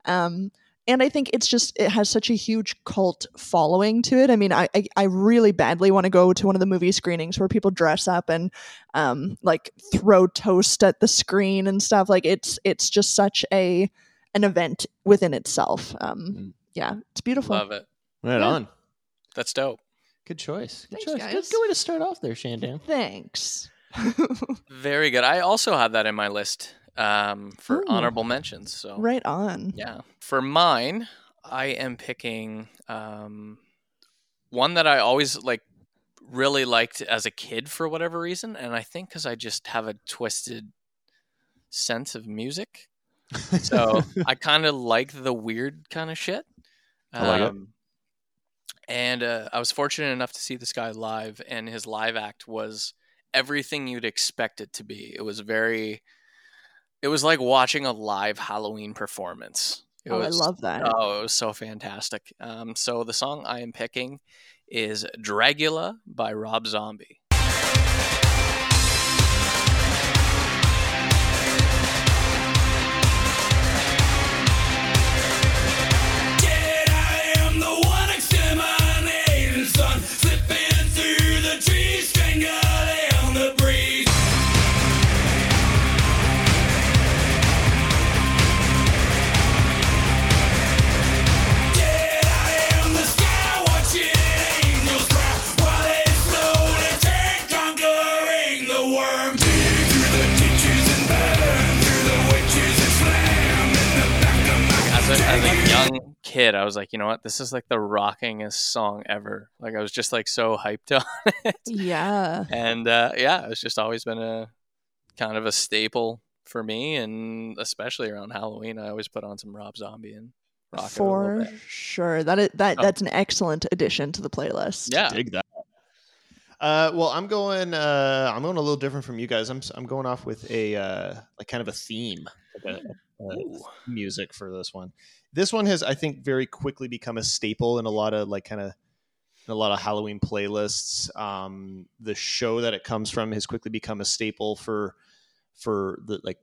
Um, and I think it's just it has such a huge cult following to it. I mean, I I, I really badly want to go to one of the movie screenings where people dress up and um like throw toast at the screen and stuff. Like it's it's just such a an event within itself. Um,
Mm.
yeah, it's beautiful.
Love it.
Right
Yeah.
on.
That's dope.
Good choice. Good
Thanks,
choice.
guys.
Good, good way to start off there, Shandan.
Thanks.
Very good. I also had that in my list um, for
Ooh.
honorable mentions. So
right on.
yeah, for mine, I am picking um, one that I always like really liked as a kid for whatever reason, and I think because I just have a twisted sense of music, so I kind of like the weird kind of shit. Um,
I like it.
And uh, I was fortunate enough to see this guy live, and his live act was everything you'd expect it to be. It was very, it was like watching a live Halloween performance. It
Oh,
was,
I love that.
Oh, it was so fantastic. Um, so the song I am picking is Dragula by Rob Zombie.
Dead, I am the one exterminating sun, slipping through the trees, strangling on the breeze. Dead, I am the sky watching angels cry while they slowly turn, conquering the worm. Dig through the ditches and burn through the witches and slam in the back of my
As a, as a young kid, I was like, you know what? This is like the rockingest song ever. Like I was just like so hyped on it.
Yeah.
and uh, yeah, it's just always been a kind of a staple for me, and especially around Halloween, I always put on some Rob Zombie and rock it a little
For
bit.
sure. That is, that
Oh.
that's an excellent addition to the playlist.
Yeah,
Dig that. Uh, well, I'm going. Uh, I'm going a little different from you guys. I'm s- I'm going off with a uh, like kind of a theme, like a, a music for this one. This one has, I think, very quickly become a staple in a lot of like kind of in a lot of Halloween playlists. Um, the show that it comes from has quickly become a staple for for the like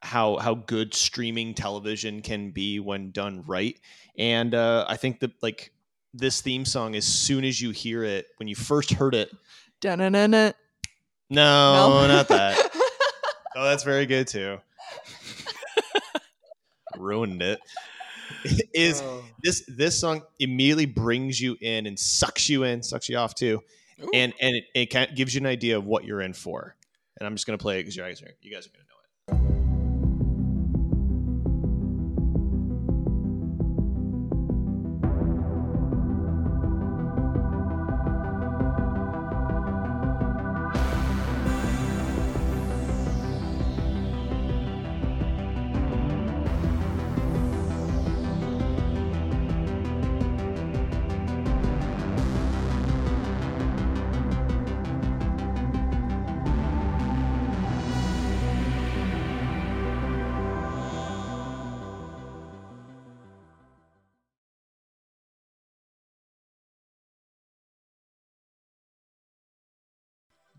how how good streaming television can be when done right. And uh, I think that like this theme song, as soon as you hear it, when you first heard it,
Dun-dun-dun-dun.
no, not that. Oh, that's very good too. Ruined it. Is
Oh.
this this song immediately brings you in and sucks you in, sucks you off too,
Ooh.
and and it, it kind of gives you an idea of what you're in for. And I'm just gonna play it because you guys are you guys are gonna know it.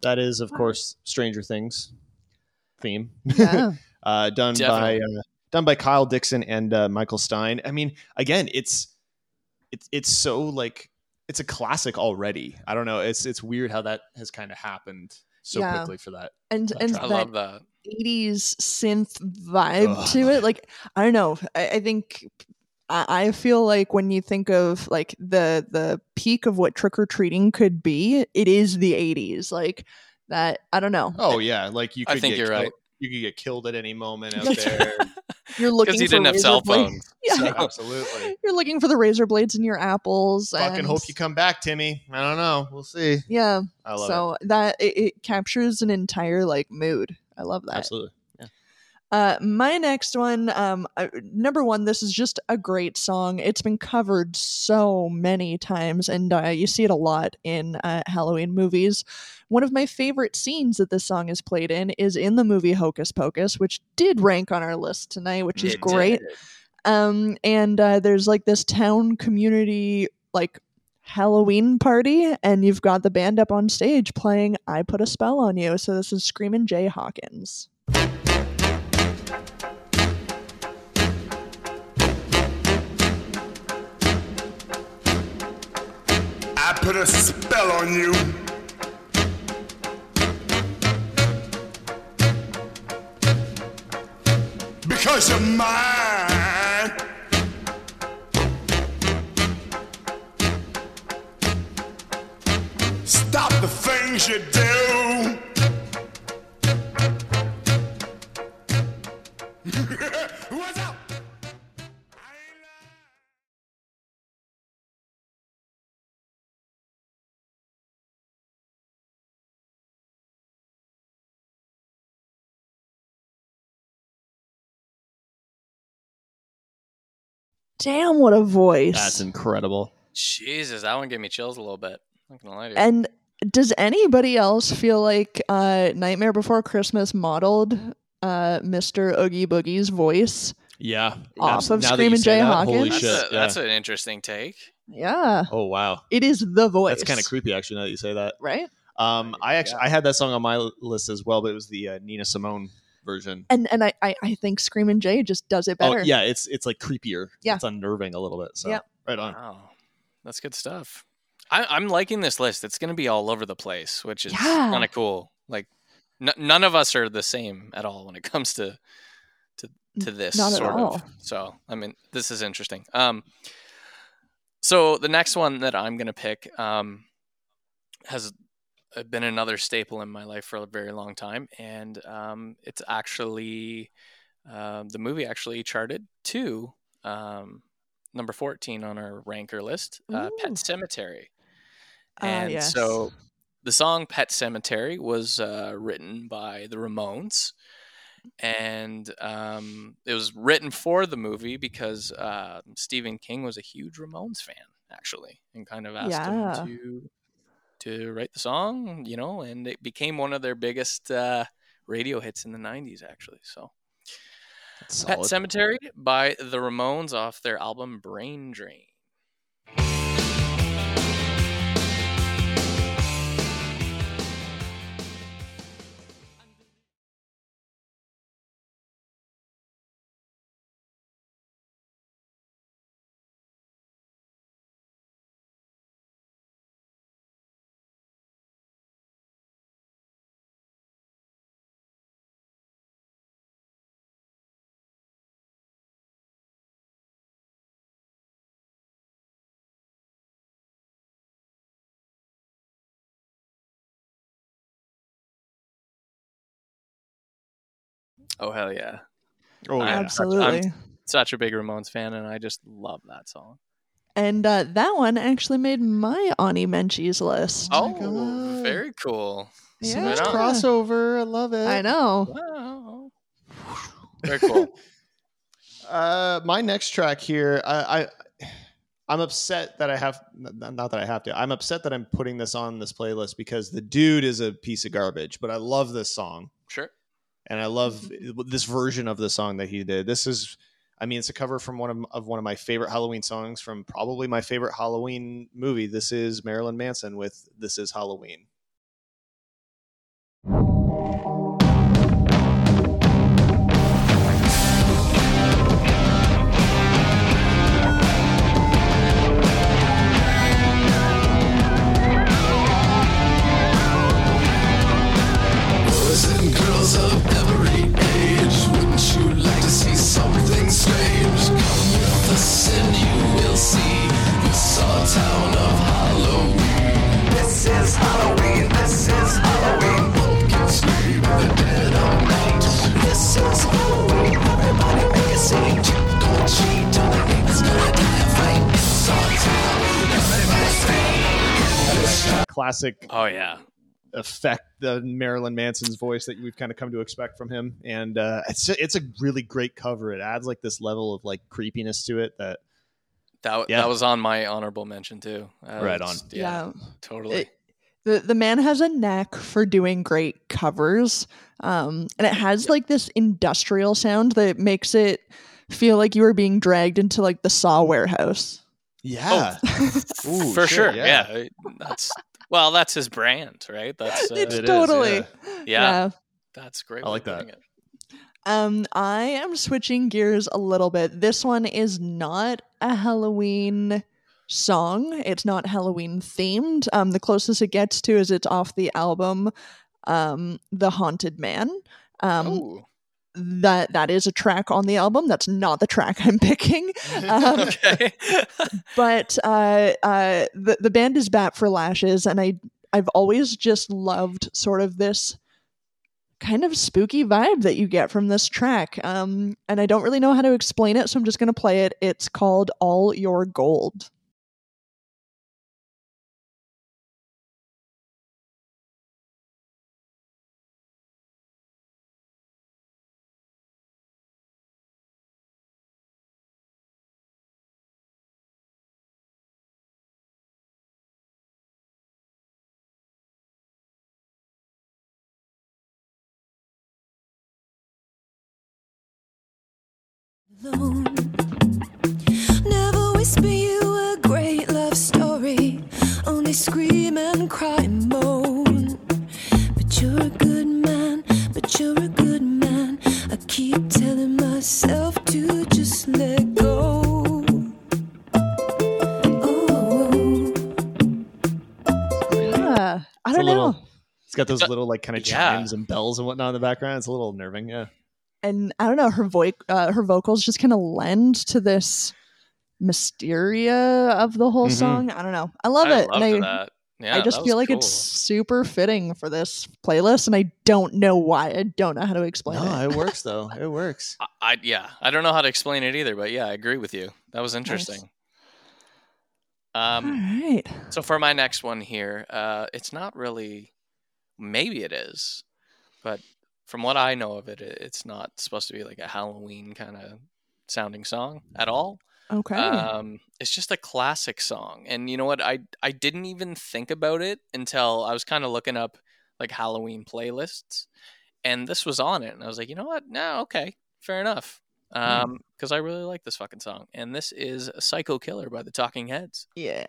That is, of course, Stranger Things theme.
Yeah.
uh, done
Definitely.
by uh, done by Kyle Dixon and uh, Michael Stein. I mean, again, it's it's it's so like it's a classic already. I don't know. It's it's weird how that has kind of happened so
Yeah.
quickly for that.
And
I
and
I
that
love that.
80s synth vibe
Ugh.
to it. Like I don't know. I, I think I, I feel like when you think of like the the peak of what trick or treating could be, it is the 80s. Like that. I don't know.
Oh yeah, like you.
I
Could
think
get
you're
killed-
right.
you could get killed at any moment out there.
You're looking
he
for
didn't have
razor
cell
blades.
phones.
Yeah.
So, absolutely.
You're looking for the razor blades in your apples.
Fucking
and-
hope you come back, Timmy. I don't know. We'll see.
Yeah.
I love
So that it, it captures an entire like mood. I love
it.
that.
Absolutely.
Uh, my next one, um, uh, number one, this is just a great song. It's been covered so many times, and uh, you see it a lot in uh, Halloween movies. One of my favorite scenes that this song is played in is in the movie Hocus Pocus, which did rank on our list tonight, which is
It
great. Um, and uh, there's like this town community like Halloween party, and you've got the band up on stage playing "I Put a Spell on You." So this is Screamin' Jay Hawkins.
I put a spell on you. Because you're mine. Stop the things you do. What's up? I ain't lying.
Damn, what a voice.
That's incredible.
Jesus, that one gave me chills a little bit. Not gonna lie to you.
and does anybody else feel like uh, Nightmare Before Christmas modeled uh, Mr. Oogie Boogie's voice?
Yeah.
Off
Abso-
of
now that you
Screamin'
say
Jay
that,
Hawkins.
Holy
that's,
shit.
a,
yeah.
that's an interesting take.
Yeah.
oh wow.
It is the voice.
That's kind of creepy actually now that you say that.
Right?
Um, I actually I had that song on my l- list as well, but it was the uh, Nina Simone version.
And and I, I, I think Screamin' Jay just does it better.
Oh yeah, it's it's like creepier.
Yeah.
it's unnerving a little bit. So
Yep.
right on.
Wow, that's good stuff. I, I'm liking this list. It's gonna be all over the place, which is
Yeah.
kind of cool. Like, n- none of us are the same at all when it comes to to to this
not at
sort
all.
of. So, I mean, this is interesting. Um, so the next one that I'm gonna pick um has been another staple in my life for a very long time, and um, it's actually um, the movie actually charted to um, number 14 on our ranker list uh,
Ooh.
pet cemetery
Ah,
and
yes.
so the song pet cemetery was uh, written by the ramones and um, it was written for the movie because uh, stephen king was a huge ramones fan actually and kind of asked
Yeah.
him to to write the song you know and it became one of their biggest uh, radio hits in the 90s actually so
That's
Pet
solid.
Cemetery by the Ramones off their album Brain Drain. Oh hell yeah!
Oh
I'm
yeah.
such- I'm
Absolutely.
Such a big Ramones fan, and I just love that song.
and uh, that one actually made my Ani Menchie's list.
Oh, very cool.
So
Yeah.
much crossover. I love it.
I know.
Wow. Very cool.
Uh, my next track here, I, I I'm upset that I have n- not that I have to. I'm upset that I'm putting this on this playlist because the dude is a piece of garbage. But I love this song,
sure.
and I love this version of the song that he did. This is, I mean, it's a cover from one of, of one of my favorite Halloween songs from probably my favorite Halloween movie. This is Marilyn Manson with "This Is Halloween."
Boys and girls of every age, wouldn't you like to see something strange? Come with us and you will see this our town of Halloween. This is Halloween, this is Halloween. Pumpkin scream in the dead of night.
classic
Oh yeah.
effect, the Marilyn Manson's voice that we've kind of come to expect from him, and uh, it's it's a really great cover. It adds like this level of like creepiness to it that
That w-
Yeah.
that was on my honorable mention too. Uh,
Right
it's-
on.
Yeah,
yeah.
totally.
It- the the man has a knack for doing great covers um and it has like this industrial sound that makes it feel like you were being dragged into like the saw warehouse
yeah, Oh, Ooh,
For
shit,
sure. Yeah. It- That's well, that's his brand, right? That's uh,
it's
It is,
totally
yeah.
yeah,
yeah.
That's a great.
I
way
like
of
that.
putting it.
um i am switching gears a little bit this one is not a halloween song it's not halloween themed um the closest it gets to is it's off the album um the haunted man um
Ooh.
that that is a track on the album. That's not the track I'm picking. Um,
okay.
but uh, uh, the the band is Bat for Lashes, and I I've always just loved sort of this kind of spooky vibe that you get from this track. Um, and I don't really know how to explain it, so I'm just gonna play it. It's called All Your Gold.
alone. Never whisper you a great love story, only scream and cry and moan. But you're a good man, but you're a good man. I keep telling myself to just let go. Oh.
Yeah, I
It's
don't
a
know.
little- It's got those little like kind of
Yeah.
chimes and bells and whatnot in the background. It's a little unnerving. Yeah.
and I don't know her voice, uh, her vocals just kind of lend to this mysteria of the whole
Mhm.
song. I don't know. I love it. and
Mm-hmm. loved
I,
that. Yeah,
I
that
just
was
feel like it's
cool.
super fitting for this playlist, and I don't know why. I don't know how to explain it.
it works though. It works.
I, I yeah, I don't know how to explain it either, but yeah, I agree with you. That was interesting. Um,
All right.
so for my next one here, uh, it's not really. Maybe it is, but from what I know of it, it it's not supposed to be like a Halloween kind of sounding song at all.
Okay.
Um, it's just a classic song, and you know what? I I didn't even think about it until I was kind of looking up like Halloween playlists, and this was on it, and I was like, you know what? No, okay, fair enough. Um, because I really like this fucking song, and this is "Psycho Killer" by the Talking Heads.
yeah.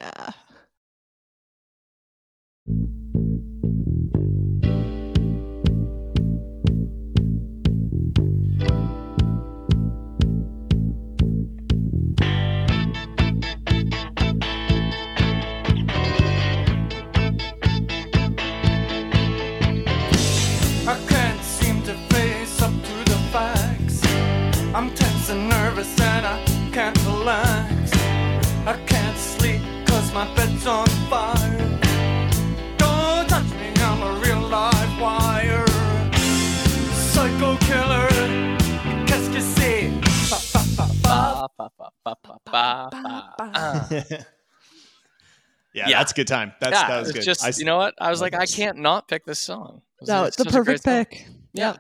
I can't seem to face up to the facts. I'm tense and nervous and I can't relax. I can't sleep cause my bed's on fire. Don't touch me, I'm a real live wire. Psycho killer, qu'est-ce que c'est? Ba, ba, ba, ba.
Ba, ba, ba, ba, ba, ba, ba. Uh,
yeah,
Yeah.
that's a good time. That's
yeah,
that was
it's
good.
Just
I-
you know what? I was
love
like, I
this.
can't not pick this song. It was-
No, it's the
such a great
perfect
song.
pick.
Yeah.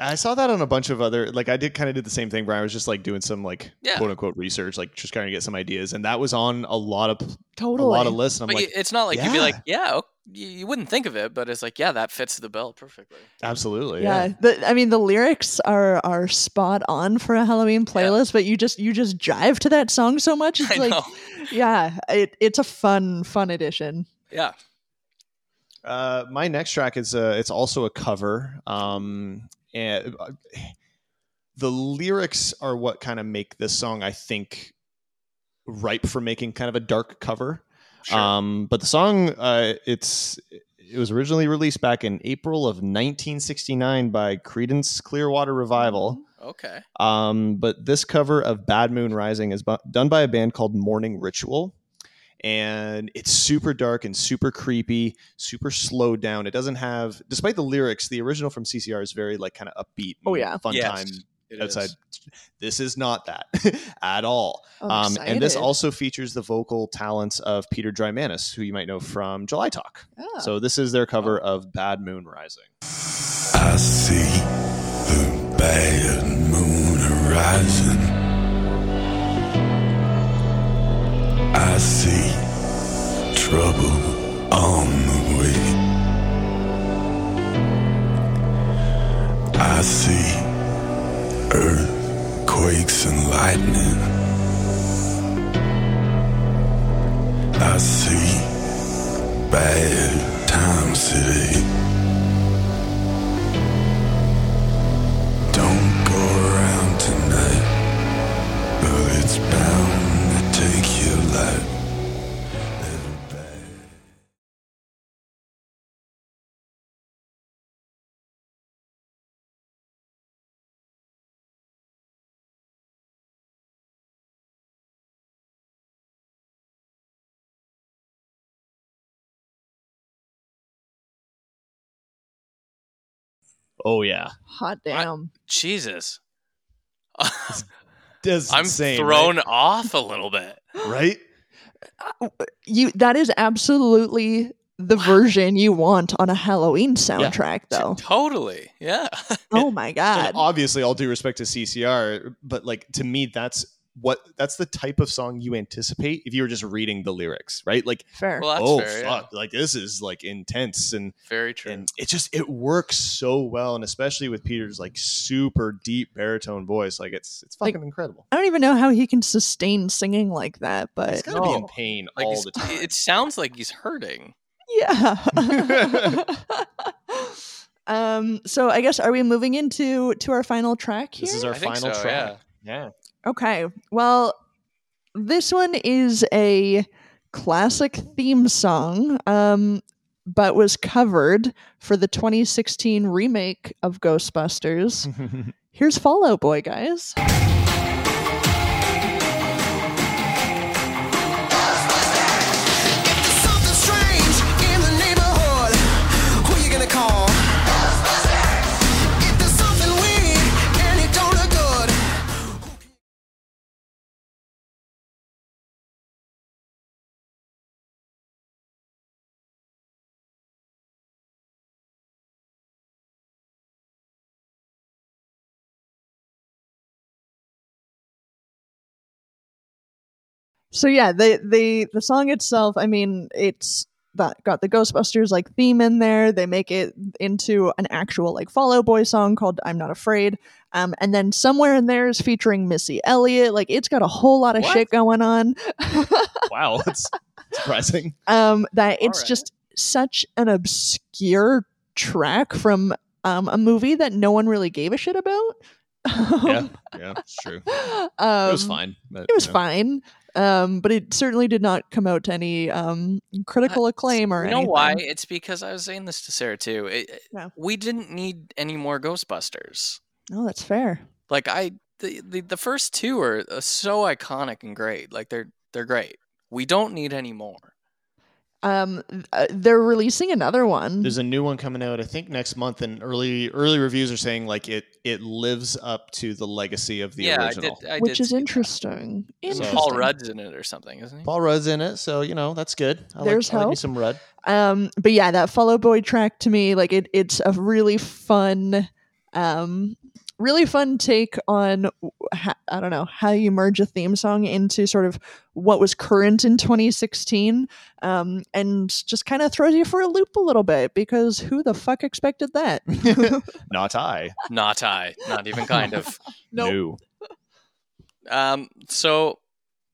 I saw that on a bunch of other like I did kind of did the same thing where I was just like doing some like
Yeah.
quote unquote research, like just trying to get some ideas, and that was on a lot of
Totally.
a lot of lists. And I'm
But
like,
y- it's not like you'd be
yeah.
like, yeah, o- you, you wouldn't think of it, but it's like, yeah, that fits the bill perfectly.
absolutely,
yeah, The, I mean the lyrics are are spot on for a Halloween playlist, but you just you just jive to that song so much. It's
I
like,
know.
yeah, it, it's a fun fun addition.
Yeah.
Uh, my next track is uh, it's also a cover. Um, and uh, the lyrics are what kind of make this song, I think, ripe for making kind of a dark cover.
Sure.
Um, but the song, uh, it's it was originally released back in April of 1969 by Credence Clearwater Revival.
Okay.
Um, but this cover of Bad Moon Rising is bu- done by a band called Morning Ritual. And it's super dark and super creepy, super slowed down. It doesn't have, despite the lyrics, the original from CCR is very like kind of upbeat, and
Oh, yeah.
fun
Yes.
time
It
outside.
is.
This is not that at all.
Oh, I'm
Um, and this
excited.
also features the vocal talents of Peter Drymanis, who you might know from July Talk.
Ah.
So this is their cover
Oh.
of Bad Moon Rising.
I see the bad moon horizon. I see trouble on the way. I see earthquakes and lightning. I see bad times today. Don't go around tonight, but it's bound to take your life.
Oh yeah,
Hot damn.
Jesus.
That's
I'm
insane,
thrown off a little bit.
right? right?
You that is absolutely the version you want on a Halloween soundtrack though.
Totally. Yeah.
Oh my
And
god.
obviously, all due respect to CCR, but like to me, that's what that's the type of song you anticipate if you were just reading the lyrics, right? Like,
Fair.
Well, that's
oh
fair. yeah.
fuck, like this is like intense and
Very true.
and it just it works so well, and especially with Peter's like super deep baritone voice, like it's it's
Like-
fucking incredible.
I don't even know how he can sustain singing like that,
He's
but
gotta be in pain
like
all
he's-
the time.
it sounds like he's hurting.
yeah. um so I guess are we moving into to our final track here?
This is our
I think
final
so,
track. Yeah.
Okay. Well, this one is a classic theme song, um, but was covered for the 2016 remake of Ghostbusters. Here's Fall Out Boy, guys.
Something strange in the neighborhood. Who you gonna call? If there's something weird and it don't look good.
So yeah, the the the song itself. I mean, it's that got the Ghostbusters like theme in there. They make it into an actual like Fall Out Boy song called "I'm Not Afraid," um, and then somewhere in there is featuring Missy Elliott. Like, it's got a whole lot of
What?
shit going on.
Wow, that's surprising.
um, that it's
Alright.
just such an obscure track from um, a movie that no one really gave a shit about.
yeah, yeah, it's true.
Um,
it was fine. But,
It was
you know.
fine, um, but it certainly did not come out to any um, critical acclaim or
Uh, you know
anything.
why? It's because I was saying this to Sarah too. It- it-
Yeah.
We didn't need any more Ghostbusters.
No, Oh, that's fair.
Like I, the, the the first two are uh, so iconic and great. Like they're they're great. We don't need any more.
Um, th- uh, they're releasing another one.
There's a new one coming out, I think, next month, and early early reviews are saying like it it lives up to the legacy of the
yeah,
original.
I did. I
which
did
is
see that.
interesting.
There's
Interesting.
Paul Rudd's in it or something, isn't he?
Paul Rudd's in it, so you know that's good. I like-
There's
I like me
hope.
some Rudd.
Um, but yeah, that Follow Boy track to me, like it, it's a really fun, um, really fun take on ha- I don't know how you merge a theme song into sort of what was current in 2016, um, and just kind of throws you for a loop a little bit because who the fuck expected that?
Not I.
Not I. Not even kind of.
No.
Um, so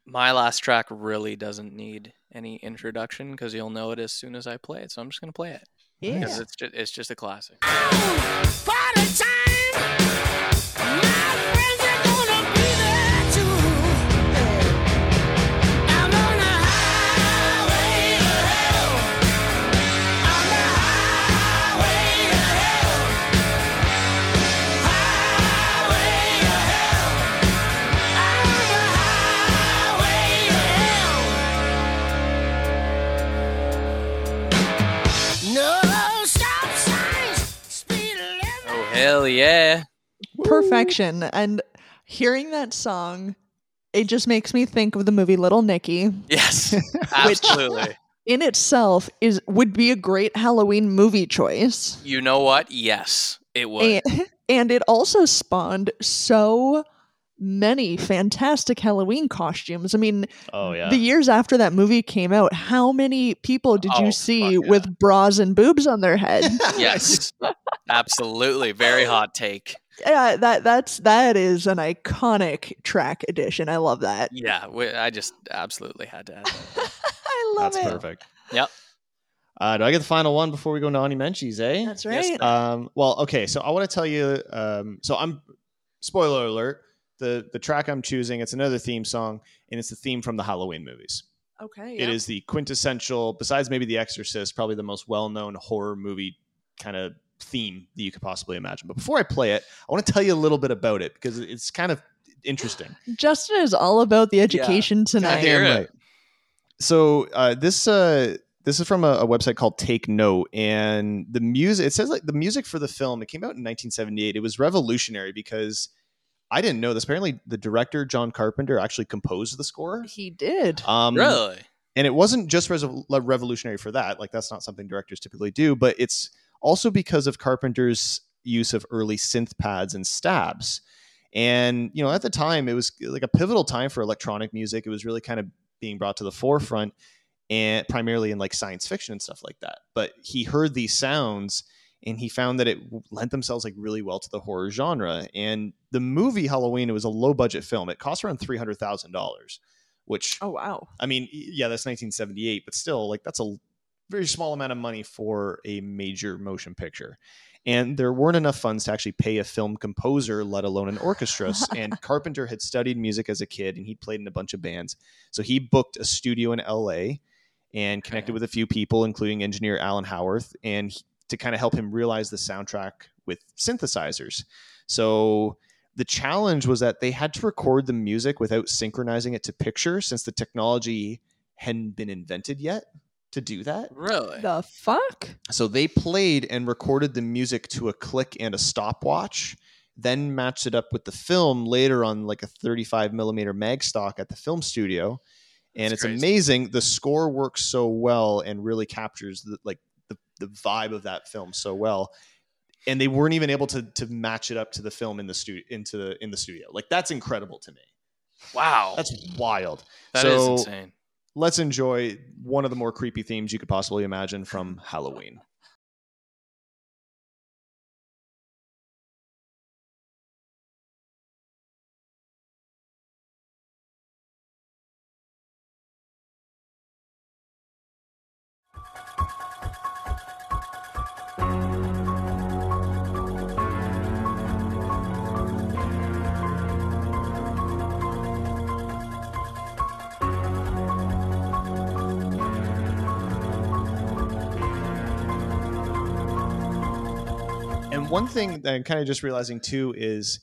my last track really doesn't need any introduction because you'll know it as soon as I play it. So I'm just gonna play it
Yeah.
because it's just it's just a classic.
Party time. My friends are gonna be there too. I'm on the highway to hell. On the highway to hell. Highway to hell. On the highway to hell. No stop signs. Speed limit.
Oh hell yeah!
perfection. And hearing that song, it just makes me think of the movie Little Nicky.
Yes, absolutely.
In itself is would be a great Halloween movie choice.
you know what? Yes, it was.
And, and it also spawned so many fantastic Halloween costumes. I mean,
Oh yeah.
the years after that movie came out, how many people did
Oh,
you see
fuck yeah.
with bras and boobs on their head?
yes, absolutely. Very hot take.
yeah, that that's that is an iconic track edition. I love that.
Yeah, we, I just absolutely had to. Add that.
I love
That's
it.
perfect.
Yep.
Uh, do I get the final one before we go into Ani Menchie's, eh?
That's
Yes,
right.
Um, well, okay. So I want to tell you. Um, so I'm. Spoiler alert. The the track I'm choosing. It's another theme song, and it's the theme from the Halloween movies.
okay.
It is the quintessential, besides maybe The Exorcist, probably the most well known horror movie kind of theme that you could possibly imagine. But before I play it, I want to tell you a little bit about it because it's kind of interesting.
Justin is all about the education
I
tonight.
hear it.
So uh, this uh, this is from a, a website called Take Note, and the music it says like the music for the film it came out in 1978. It was revolutionary because I didn't know this. Apparently, the director John Carpenter actually composed the score.
He did.
Um,
Really?
and it wasn't just res- revolutionary for that like that's not something directors typically do but it's also because of carpenter's use of early synth pads and stabs and you know at the time it was like a pivotal time for electronic music it was really kind of being brought to the forefront and primarily in like science fiction and stuff like that but he heard these sounds and he found that it lent themselves like really well to the horror genre and the movie halloween it was a low budget film it cost around $300000 which
Oh wow.
I mean, y- yeah, that's 1978, but still, like that's a very small amount of money for a major motion picture. And there weren't enough funds to actually pay a film composer, let alone an orchestra. and Carpenter had studied music as a kid and he'd played in a bunch of bands. So he booked a studio in LA and connected with a few people, including engineer Alan Howarth, and he- to kind of help him realize the soundtrack with synthesizers. So the challenge was that they had to record the music without synchronizing it to picture since the technology hadn't been invented yet to do that.
Really?
The fuck?
So they played and recorded the music to a click and a stopwatch, then matched it up with the film later on like a 35 millimeter mag stock at the film studio. And
That's
it's
crazy.
amazing. The score works so well and really captures the, like the, the vibe of that film so well. And they weren't even able to to match it up to the film in the studio into the in the studio. Like that's incredible to me.
Wow. That's,
That's wild. so-
insane.
Let's enjoy one of the more creepy themes you could possibly imagine from Halloween. And one thing that I'm kind of just realizing too is,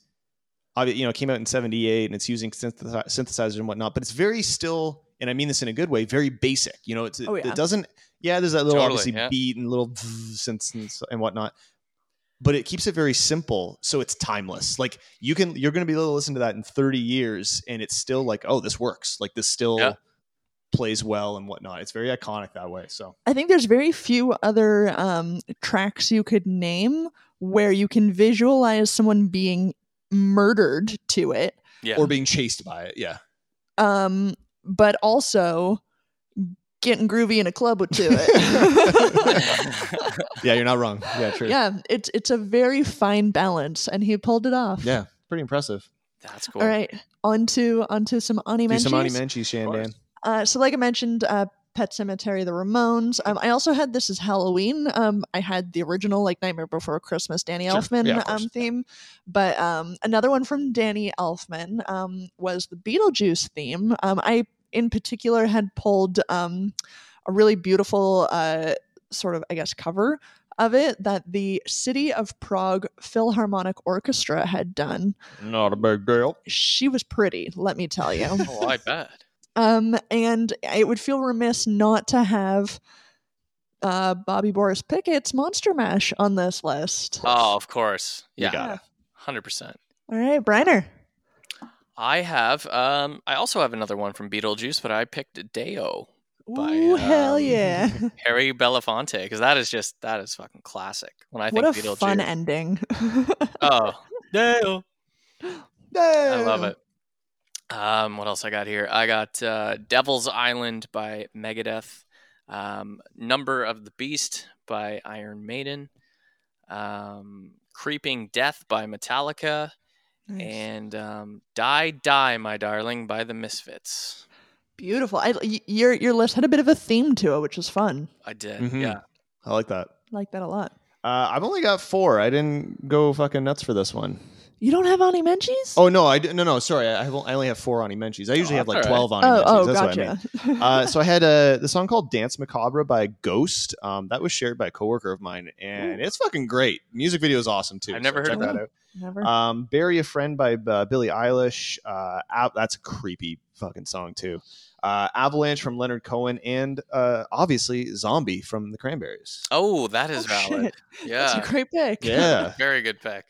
obvi- you know, it came out in '78 and it's using synthesi- synthesizers and whatnot, but it's very still, and I mean this in a good way, very basic. You know, it's,
Oh, yeah.
it doesn't. Yeah, there's that little
Totally,
obviously
yeah.
beat and little synths and, s- and whatnot, but it keeps it very simple, so it's timeless. Like you can, you're going to be able to listen to that in 30 years, and it's still like, oh, this works. Like this still.
Yeah.
plays well and whatnot it's very iconic that way so
I think there's very few other um, tracks you could name where you can visualize someone being murdered to it,
Yeah.
or being chased by it yeah
um, but also getting groovy in a club with- to it.
yeah you're not wrong yeah true
yeah, it's it's a very fine balance, and he pulled it off.
yeah pretty impressive
That's cool.
All right, onto onto some Ani
Do some Ani
Menchis.
Menchie, Shandan.
Uh, so, like I mentioned, uh, Pet Cemetery, The Ramones. Um, I also had this as Halloween. Um, I had the original, like Nightmare Before Christmas, Danny
Sure.
Elfman
Yeah, of course.
um, theme. But um, another one from Danny Elfman um, was the Beetlejuice theme. Um, I, in particular, had pulled um, a really beautiful uh, sort of, I guess, cover of it that the City of Prague Philharmonic Orchestra had done.
Not a big deal.
She was pretty, let me tell you.
Oh, I bet.
Um, and it would feel remiss not to have uh, Bobby Boris Pickett's Monster Mash on this list.
Oh, of course.
You
Yeah.
got it.
Hundred percent.
All right, Briner.
I have. Um, I also have another one from Beetlejuice, but I picked Deo, By,
Ooh, hell
um,
yeah.
Harry Belafonte, because that is just that is fucking classic. When I
what a
think Beetlejuice,
fun ending.
oh Deo, I
I
love it. Um, what else I got here? I got uh, Devil's Island by Megadeth, um, Number of the Beast by Iron Maiden, um, Creeping Death by Metallica, and um, Die Die My Darling by the Misfits.
Beautiful. I, y- your your list had a bit of a theme to it, which was fun.
I did,
Mm-hmm.
Mhm.
yeah.
I like that.
I like that a lot.
Uh, I've only got four. I didn't go fucking nuts for this one.
You don't have any Menchie's?
Oh no, I d- no no. Sorry, I, have, I only have four on Menchie's. I usually have like
that's all
twelve on
oh,
Menchie's.
oh,
That's what I mean.
gotcha.
uh, so I had a the song called "Dance Macabre" by Ghost. Um, that was shared by a coworker of mine, and it's fucking great. Music video is awesome too.
I've never
so
heard
check
of
that
Never.
out. Um, "Bury a Friend" by uh, Billie Eilish. Uh, Av- that's a creepy fucking song too. Uh, "Avalanche" from Leonard Cohen, and uh, obviously "Zombie" from the Cranberries.
Oh, that is
Oh,
valid.
shit. That's
Yeah,
a great pick.
Yeah.
very good pick.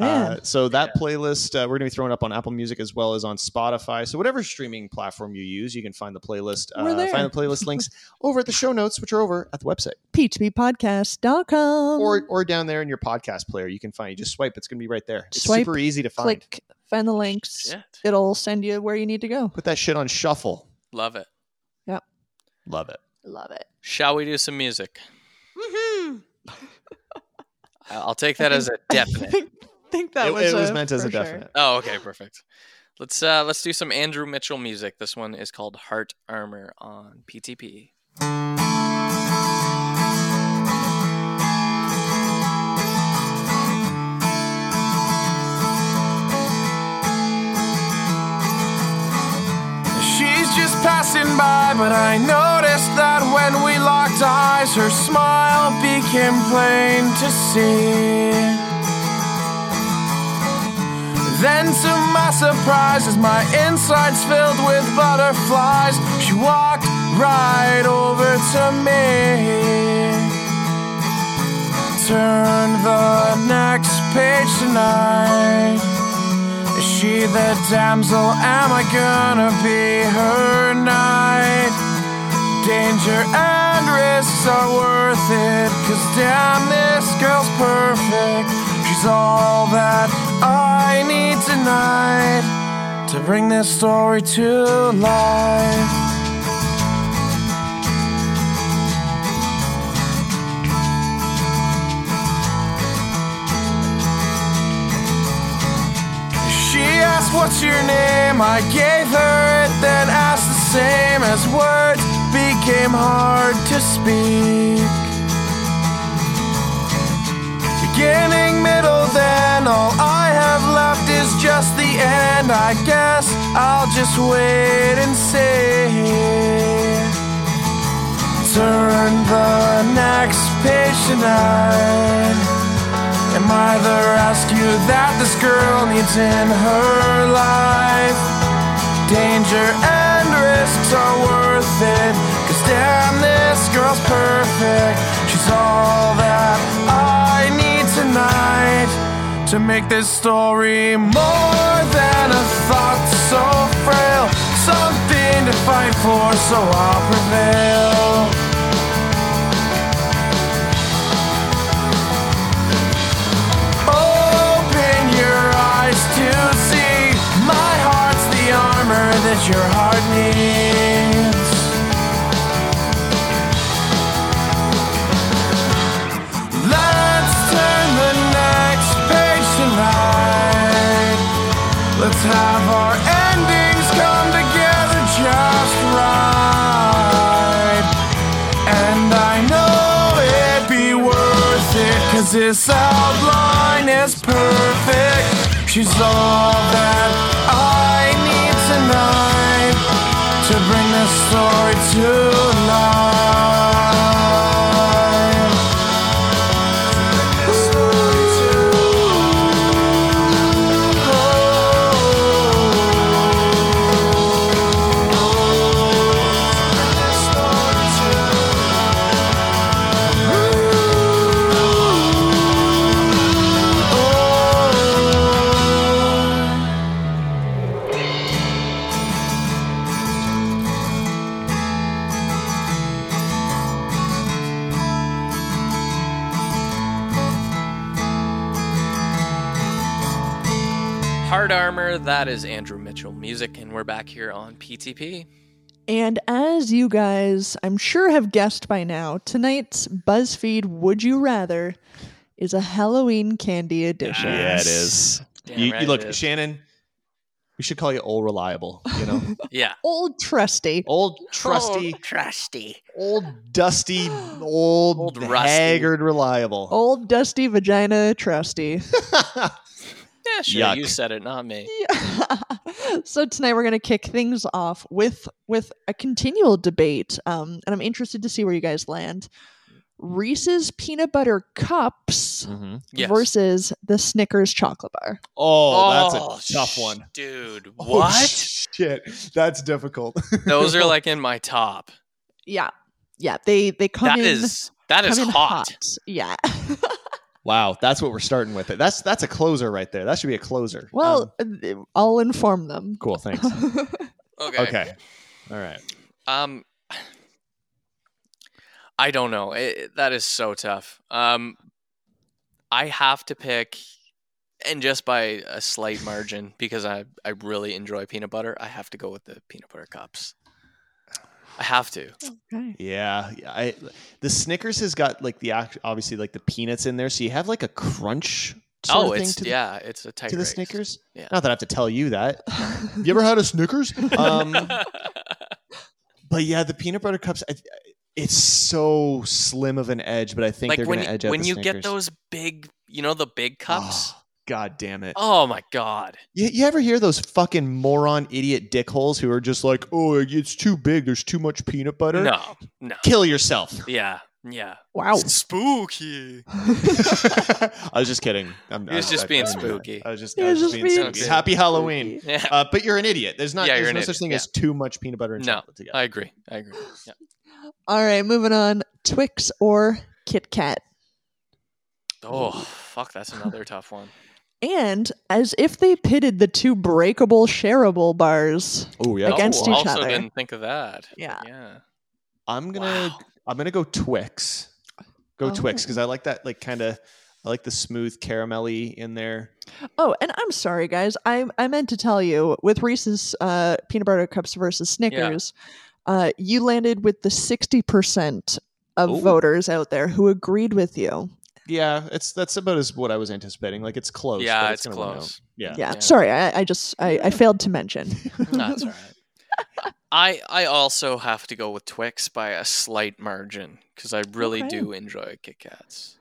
Man.
so that playlist uh, we're going to be throwing up on Apple Music as well as on Spotify. So whatever streaming platform you use, you can find the playlist.
We're
Uh,
there.
find the playlist links over at the show notes, which are over at the website.
P2Ppodcast.com.
or or down there in your podcast player, you can find. You just swipe; it's going to be right there. It's
Swipe,
super easy to find.
click, find the links.
Shit.
It'll send you where you need to go.
Put that shit on shuffle.
Love it.
Love it.
Love it.
Shall we do some music? I- I'll take that as a definite.
think, think that
it,
was,
it was
a-
meant as
for
a
sure.
definite.
Oh, okay, perfect. Let's uh let's do some Andrew Mitchell music. This one is called Heart Armor on PTP.
She's just passing by, but I noticed that when we locked eyes, her smile became plain to see. Then, to my surprise, as my insides filled with butterflies, she walked right over to me. Turn the next page tonight. Is she the damsel? Am I gonna be her knight? Danger and risks are worth it. Cause damn, this girl's perfect. She's all that I need tonight to bring this story to life. She asked, What's your name? I gave her it, then asked the same as words became hard to speak. Beginning, middle, then all I have left is just the end. I guess I'll just wait and see. Turn the next page tonight. Am I the rescue that this girl needs in her life? Danger and risks are worth it. Cause damn, this girl's perfect. She's all that I need tonight to make this story more than a thought so frail. Something to fight for, so I'll prevail. Open your eyes to see my heart's the armor that your heart needs. Let's turn the next page tonight. Let's have our endings come together just right. And I know it'd be worth it, cause this outline is perfect. She's all that I need tonight to bring this story to life. Oh, Ooh.
Hard Armor, that is Andrew Mitchell Music, and we're back here on PTP.
And as you guys, I'm sure, have guessed by now, tonight's BuzzFeed Would You Rather is a Halloween candy edition.
Yeah, it is.
Damn
You,
right
you
it
look,
is.
Shannon. We should call you old reliable. You know,
yeah,
Old trusty.
old trusty,
Trusty.
old dusty, old,
Old rusty.
haggard reliable.
Old dusty vagina trusty.
yeah, sure.
Yuck.
You said it, not me.
so tonight we're going to kick things off with with a continual debate um, and i'm interested to see where you guys land reese's peanut butter cups
Mhm.
Yes.
versus the snickers chocolate bar
Oh,
Oh,
that's a tough
sh-
one.
dude.
Oh,
What?
shit, that's difficult.
Those are like in my top.
yeah yeah they they come
That
in
is that is
come in
hot.
yeah
Wow, that's what we're starting with. It. That's that's a closer right there. That should be a closer. Um,
well th- i'll inform them
cool. Thanks.
Okay.
Okay. All right.
Um, I don't know. It, it- that is so tough. Um, I have to pick, and just by a slight margin, because I I really enjoy peanut butter. I have to go with the peanut butter cups. I have to.
okay
Yeah, yeah, I the Snickers has got like the act- obviously like the peanuts in there, so you have like a crunch. Sort
oh,
of thing
it's
to the,
yeah, it's a tight
to the
race.
Snickers.
Yeah.
Not that I have to tell you that. you ever had a Snickers? Um, but yeah, the peanut butter cups. I, it's so slim of an edge, but I think
like
they're
when
going
you,
to edge out
when
the
you
Snickers.
get those big, you know, the big cups.
Oh, God damn it!
Oh my god!
You, you ever hear those fucking moron, idiot dickholes who are just like, "Oh, it's too big. There's too much peanut butter."
No, no.
Kill yourself.
Yeah, yeah.
wow
Spooky.
I was just kidding. I'm,
He was
I-
just
I-
being
I-
spooky.
I was just,
He
I was just being spooky.
spooky.
Happy Halloween.
Yeah,
Uh, but you're an idiot. There's not.
Yeah, you're
there's
an
no
idiot.
such thing
Yeah.
as too much peanut butter and
No,
chocolate together.
I agree. I agree. Yeah.
all right moving on twix or kit kat
Oh, fuck, that's another tough one.
and as if they pitted the two breakable shareable bars
oh yeah.
Like- Against
oh,
each
also
other.
didn't think of that.
Yeah.
Yeah.
I'm gonna. I'm gonna go Twix. Go Twix
Oh.
because I like that. Like kind of. I like the smooth caramelly in there.
Oh, and I'm sorry, guys. I I meant to tell you with Reese's uh, peanut butter cups versus Snickers, uh, you landed with the sixty percent of
Ooh.
voters out there who agreed with you.
Yeah, it's that's about as what I was anticipating. Like it's close.
yeah,
but
it's
gonna win out.
close.
Yeah.
Yeah,
Yeah.
sorry, I, I just I, I failed to mention.
That's all right. I I also have to go with Twix by a slight margin because I really
Okay.
do enjoy Kit Kats.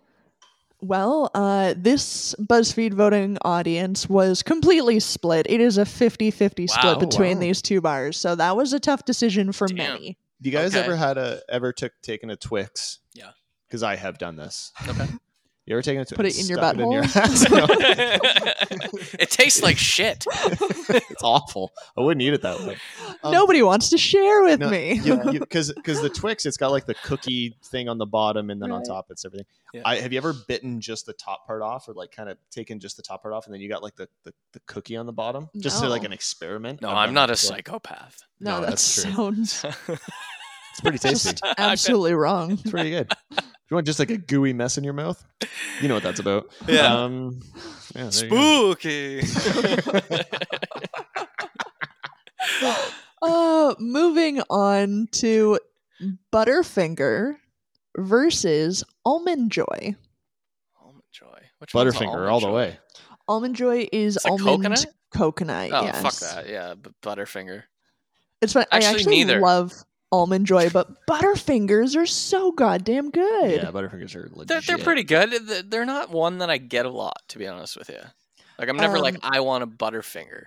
Well, uh, this BuzzFeed voting audience was completely split. It is a 50-50
Wow.
split between
Wow.
these two bars, so that was a tough decision for
Damn.
many.
You guys
Okay.
ever had a ever took taken a Twix?
Yeah.
Because I have done this.
Okay.
You ever taken a Twix?
Put it in your
stuck in your ass?
butthole?
No.
it tastes like shit.
it's awful. I wouldn't eat it that way. Um,
Nobody wants to share with
no,
me.
Because because the Twix, it's got like the cookie thing on the bottom, and then on
Right.
top, it's everything.
Yeah.
I, have you ever bitten just the top part off, or like kind of taken just the top part off, and then you got like the the, the cookie on the bottom, just to like
No.
an experiment?
No,
I've
I'm
done
not
that
a
before.
psychopath.
no,
no,
that
that's true.
sounds
It's pretty tasty.
just absolutely wrong.
it's pretty good. If you want just like a gooey mess in your mouth, you know what that's about.
Yeah.
Um, yeah, there you go.
Spooky.
Uh, moving on to Butterfinger versus Almond Joy.
Almond joy. Which one's
Butterfinger
Almond
all the
Joy?
way.
Almond Joy is
It's like
almond
coconut?
coconut,
Oh
yes.
fuck that. Yeah, but Butterfinger.
It's fun. I
Actually,
actually
neither.
love Almond Joy, but Butterfingers are so goddamn good.
Yeah, Butterfingers are legit.
They're, they're pretty good. Th- They're not one that I get a lot, to be honest with you. Like I'm never like
Um,
I want a Butterfinger.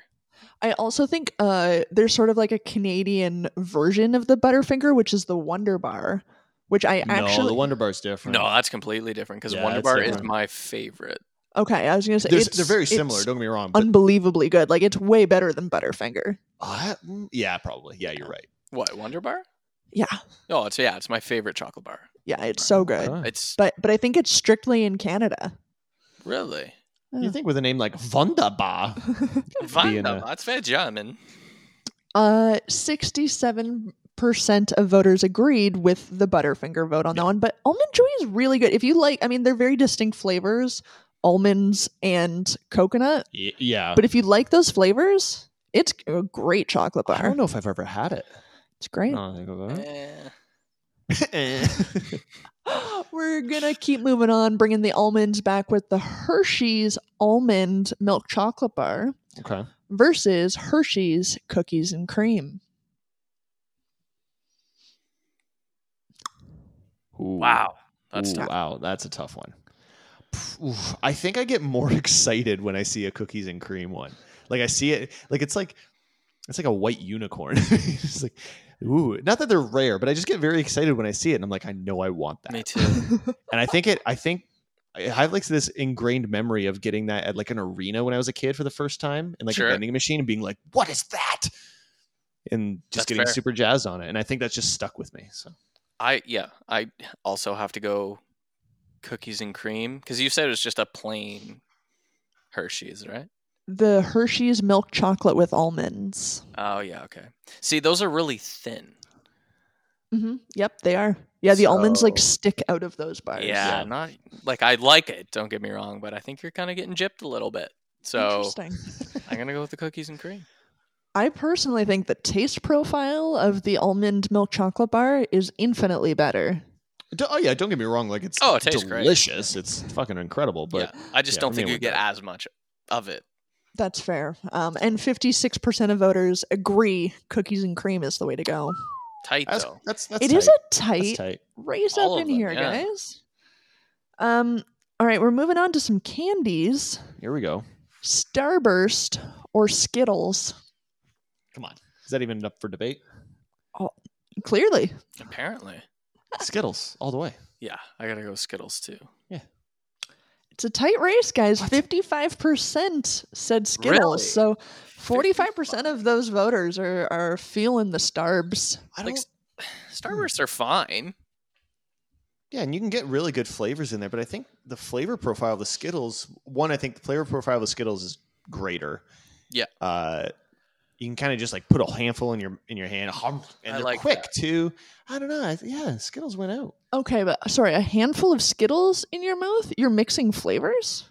I also think uh, there's sort of like a Canadian version of the Butterfinger, which is the Wonder Bar, which I
no,
actually
the Wonder Bar's different.
No, that's completely different because
Yeah,
Wonder
it's
Bar is
different.
my favorite.
okay. I was gonna say
They're,
it's-
they're very similar.
it's
Don't get me wrong. But
unbelievably good. Like it's way better than Butterfinger.
Uh, mm, yeah, probably. Yeah, you're right.
What Wonder Bar?
Yeah,
Oh, it's yeah, it's my favorite chocolate bar.
yeah, it's so good.
Huh.
It's
But but I think it's strictly in Canada.
really
You think with a name like Wunderbar,
Wonder
a-
Bar. It's very German.
Uh, sixty-seven percent of voters agreed with the Butterfinger vote on that one. But almond joy is really good. If you like, I mean, they're very distinct flavors. almonds and coconut.
Yeah.
But if you like those flavors, it's a great chocolate
I
bar.
don't know if I've ever had it.
It's great.
Now that I think about it.
Eh.
We're gonna keep moving on, bringing the almonds back with the Hershey's almond milk chocolate bar
okay.
versus Hershey's cookies and cream.
Ooh.
Wow, that's
Ooh,
tough.
Wow, that's a tough one. Pff, oof. I think I get more excited when I see a cookies and cream one. Like I see it, like it's like it's like a white unicorn. it's like, ooh, not that they're rare, but I just get very excited when I see it, and I'm like, I know I want that.
Me too.
And I think it. I think I have like this ingrained memory of getting that at like an arena when I was a kid for the first time, and like
Sure.
a vending machine, and being like, "What is that?" And just
That's
getting
fair.
super jazzed on it. And I think that's just stuck with me. So
I yeah, I also have to go cookies and cream because you said it was just a plain Hershey's, right?
The Hershey's milk chocolate with almonds.
Oh yeah, okay. See, those are really thin.
hmm Yep, they are. Yeah, the almonds like
So-
stick out of those bars.
Yeah, not like I like it. Don't get me wrong, but I think you're kind of getting gypped a little bit. So
Interesting.
I'm gonna go with the cookies and cream.
I personally think the taste profile of the almond milk chocolate bar is infinitely better.
D- Oh yeah, don't get me wrong. Like it's
Oh, it tastes great.
delicious. It's fucking incredible. But
yeah, I just
yeah,
don't
I'm
think
gonna
you
go
get
with
as much of it.
That's fair. Um, and 56% of voters agree cookies and cream is the way to go.
Tight
that's,
though.
that's that's
It is a
tight.
tight,
That's tight.
raise
All
up
of
in
them,
here,
yeah.
guys. Um, all right, we're moving on to some candies.
Here we go.
Starburst or Skittles?
Come on. Is that even up for debate?
Clearly.
Apparently,
Skittles all the way.
yeah, I gotta go Skittles too.
It's a tight race, guys. Fifty-five percent said Skittles,
Really?
so forty-five percent of those voters are are feeling the Starbs.
I
Like
don't.
s-
Hmm.
Starbursts are fine.
Yeah, and you can get really good flavors in there, but I think the flavor profile of the Skittles. One, I think the flavor profile of the Skittles is greater.
Yeah.
Uh, you can kind of just like put a handful in your in your hand, hum, and
I
they're
like
quick too. I don't know. I, yeah, Skittles went out.
Okay, but sorry, a handful of Skittles in your mouth? You're mixing flavors?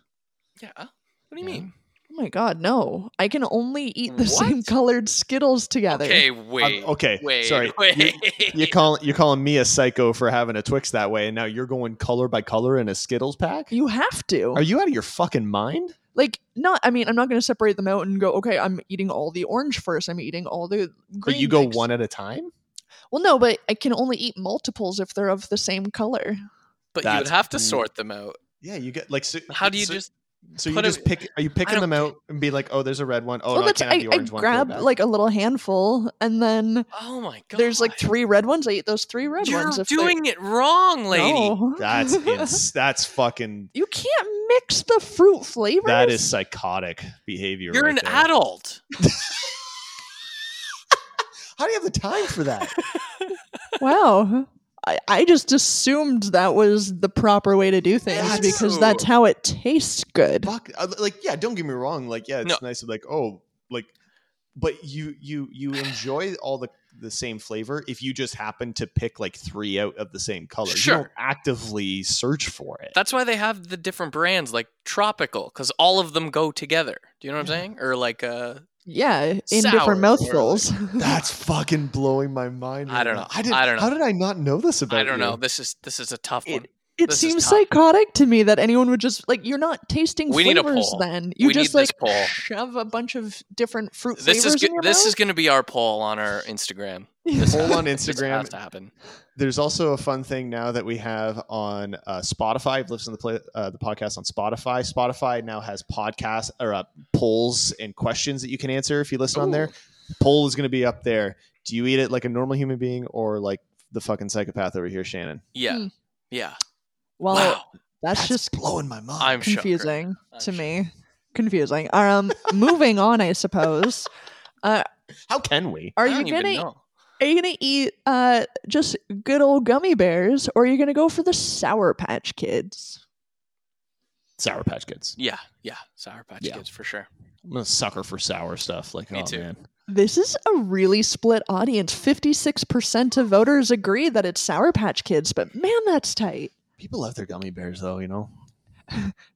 Yeah. What do you
Yeah.
mean?
Oh my god, no! I can only eat the
What?
same colored Skittles together.
Okay, wait.
Um, okay,
wait.
sorry.
Wait.
You- You call you're calling me a psycho for having a Twix that way, and now you're going color by color in a Skittles pack.
You have to.
Are you out of your fucking mind?
like not i mean i'm not going to separate them out and go okay i'm eating all the orange first i'm eating all the green
But you go
next."
one at a time.
well no but i can only eat multiples if they're of the same color
but you would
That's
have to
weird.
sort them out.
Yeah, you get Mm. like. So,
How do you
so-
just?
So you
put 'em-
just pick? Are you
don't
picking them out and be like, oh, there's a red one. Oh,
well
no, I can't have the
I
orange one. Throw it
grab
back.
like a little handful and then
Oh my god!
there's like three red ones i eat those three red
You're
ones if they're-
doing it wrong, lady.
No.
that's ins- that's fucking
you can't mix the fruit flavors
that is psychotic behavior.
You're
right
an
there.
adult.
How do you have the time for that?
wow I, I just assumed that was the proper way to do things
That's-
because that's how it tastes good
Fuck, uh, like yeah, don't get me wrong. Like yeah, it's
No.
nice. to be Like oh, like, but you you you enjoy all the the same flavor if you just happen to pick like three out of the same color. You don't
Sure.
actively search for it.
That's why they have the different brands like tropical because all of them go together. Do you know what I'm saying? Or like uh
yeah in
Sour or, like,
different mouthfuls
That's fucking blowing my mind.
I
right
don't
now.
know.
I, did,
I don't know.
How did I not know this about?
I don't
you?
know. This is this is a tough one.
It
This is
seems
tough.
psychotic to me that anyone would just like you're not tasting
We need a
flavors.
poll.
Then you
We
just
need
like
this poll.
shove a bunch of different fruit
This
flavors
is
in
go-
your
this
mouth.
is going to be our poll on our Instagram. This
Poll
has-
on
This
Instagram.
has to happen.
There's also a fun thing now that we have on uh, Spotify. I've listened to the, play, uh, the podcast on Spotify. Spotify now has podcasts or uh, polls and questions that you can answer if you listen on there. Poll is going to be up there. Do you eat it like a normal human being or like the fucking psychopath over here, Shannon?
Yeah,
Hmm.
yeah.
well,
wow,
that's, just
blowing my mind.
I'm shook.
confusing
I'm
to
shook.
me. Confusing. Um, moving on, I suppose.
How can we?
Are
I
you
don't even
gonna
know.
are you gonna eat uh just good old gummy bears, or are you gonna go for the Sour Patch Kids?
Sour Patch Kids.
Yeah, yeah. Sour Patch
Yeah.
Kids for sure.
I'm a sucker for sour stuff. Like,
Me
oh,
too.
man.
This is a really split audience. Fifty-six percent of voters agree that it's Sour Patch Kids, but man, that's tight.
People love their gummy bears, though, you know?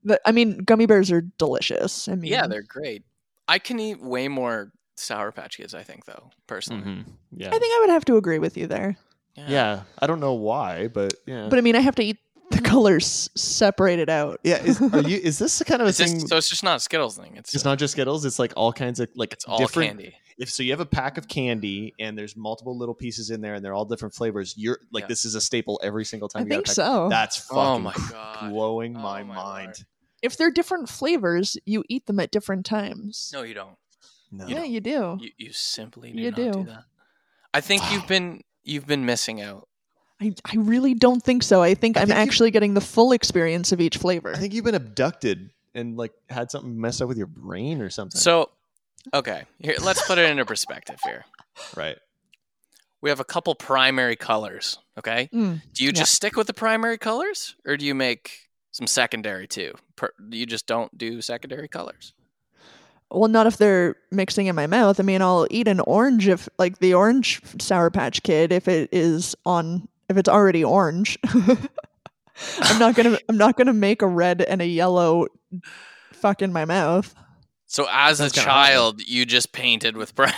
But I mean, gummy bears are delicious. I mean,
Yeah, they're great. I can eat way more Sour Patch Kids, I think, though, personally.
Mhm. Yeah.
I think I would have to agree with you there.
Mm-hmm. yeah. I don't know why, but yeah.
But I mean, I have to eat the colors separated out.
yeah. Is, are you, is this the kind of a
It's
thing?
just, so it's just not a Skittles thing. It's,
it's
uh,
not just Skittles. It's like all kinds of like
It's all
different,
candy.
if so you have a pack of candy and there's multiple little pieces in there and they're all different flavors you're like
Yeah.
this is a staple every single time
I
you have
think
a pack.
so.
that's fucking
Oh my god.
blowing
Oh
my,
my
mind
if they're different flavors, you eat them at different times.
No, you don't.
no
yeah, you do.
You you simply do
You
not do.
do.
that. I think you've been you've been missing out.
I, I really don't think so. I think I
I
am
think you-
actually getting the full experience of each flavor.
i think you've been abducted and like had something messed up with your brain or something
So, okay, here let's put it into perspective. Here
right
we have a couple primary colors. Okay,
Mm.
do you
Yeah.
just stick with the primary colors, or do you make some secondary too? Per, you just don't do secondary colors.
Well, not if they're mixing in my mouth. I mean, I'll eat an orange if, like, the orange Sour Patch Kid, if it is on, if it's already orange. I'm not gonna, I'm not gonna make a red and a yellow fuck in my mouth.
So, as a
Sounds kinda hot.
child, you just painted with primary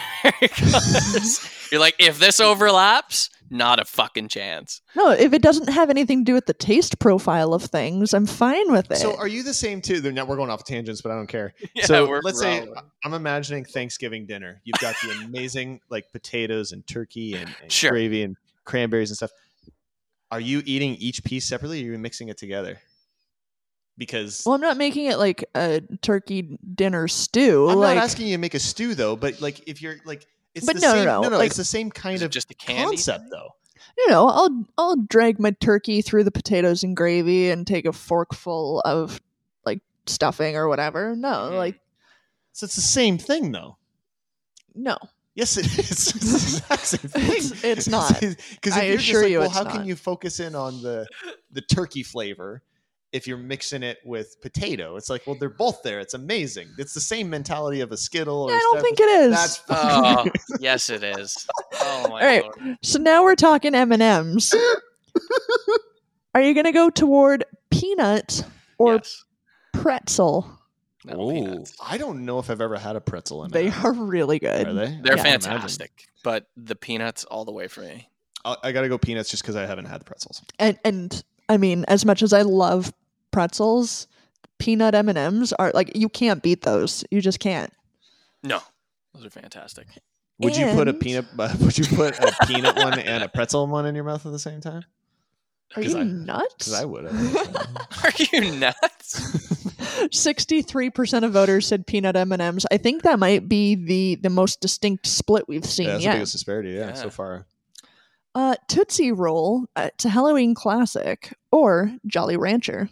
colors. You're like, if this overlaps, not a fucking chance.
No, if it doesn't have anything to do with the taste profile of things, I'm fine with it.
so are you the same too now we're going off tangents but i don't care
Yeah,
so
we're
let's say
rolling.
i'm imagining thanksgiving dinner you've got the amazing like potatoes and turkey and, and
Sure.
gravy and cranberries and stuff are you eating each piece separately or are you mixing it together because
well, I'm not making it like a turkey dinner stew.
I'm
like,
not asking you to make a stew though, but like if you're like it's
But
the
no, no,
same
no, like-
it's the same kind
Is it
of
just a candy.
concept though.
you know, I'll I'll drag my turkey through the potatoes and gravy and take a forkful of like stuffing or whatever. No,
Mhm.
like
So it's the same thing though.
no.
Yes, it is. It's the exact same thing.
It's- it's not.
Because
I
if you're just
assure
like,
you
well,
it's
how can
not.
you focus in on the the turkey flavor if you're mixing it with potato? It's like, well, they're both there. It's amazing. It's the same mentality of a Skittle. Or
I
a
don't
Stab-
think it is.
That's
Oh, yes, it is. Oh my
All right.
lord.
so now we're talking M and M's. Are you gonna go toward peanut or
Yes.
pretzel?
No,
Ooh.
peanuts.
I don't know if I've ever had a pretzel in
They
it.
are really good.
Are they?
They're
I can't imagine.
fantastic, but the peanuts all the way for me.
I, I gotta go peanuts just because I haven't had the pretzels.
and and I mean, as much as I love pretzels, peanut M and M's are like you can't beat those. You just can't.
No, those are fantastic.
Would you put a
And-
peanut? Would you put a peanut one and a pretzel one in your mouth at the same time?
Are
'Cause
you
I- 'cause
nuts?
Because I would. have.
Are you nuts?
63% of voters said peanut M&Ms. I think that might be the the most distinct split we've seen
yeah, that's the
yet.
biggest disparity. Yeah,
Yeah.
so far.
Uh Tootsie Roll, uh, it's a Halloween classic or Jolly Rancher.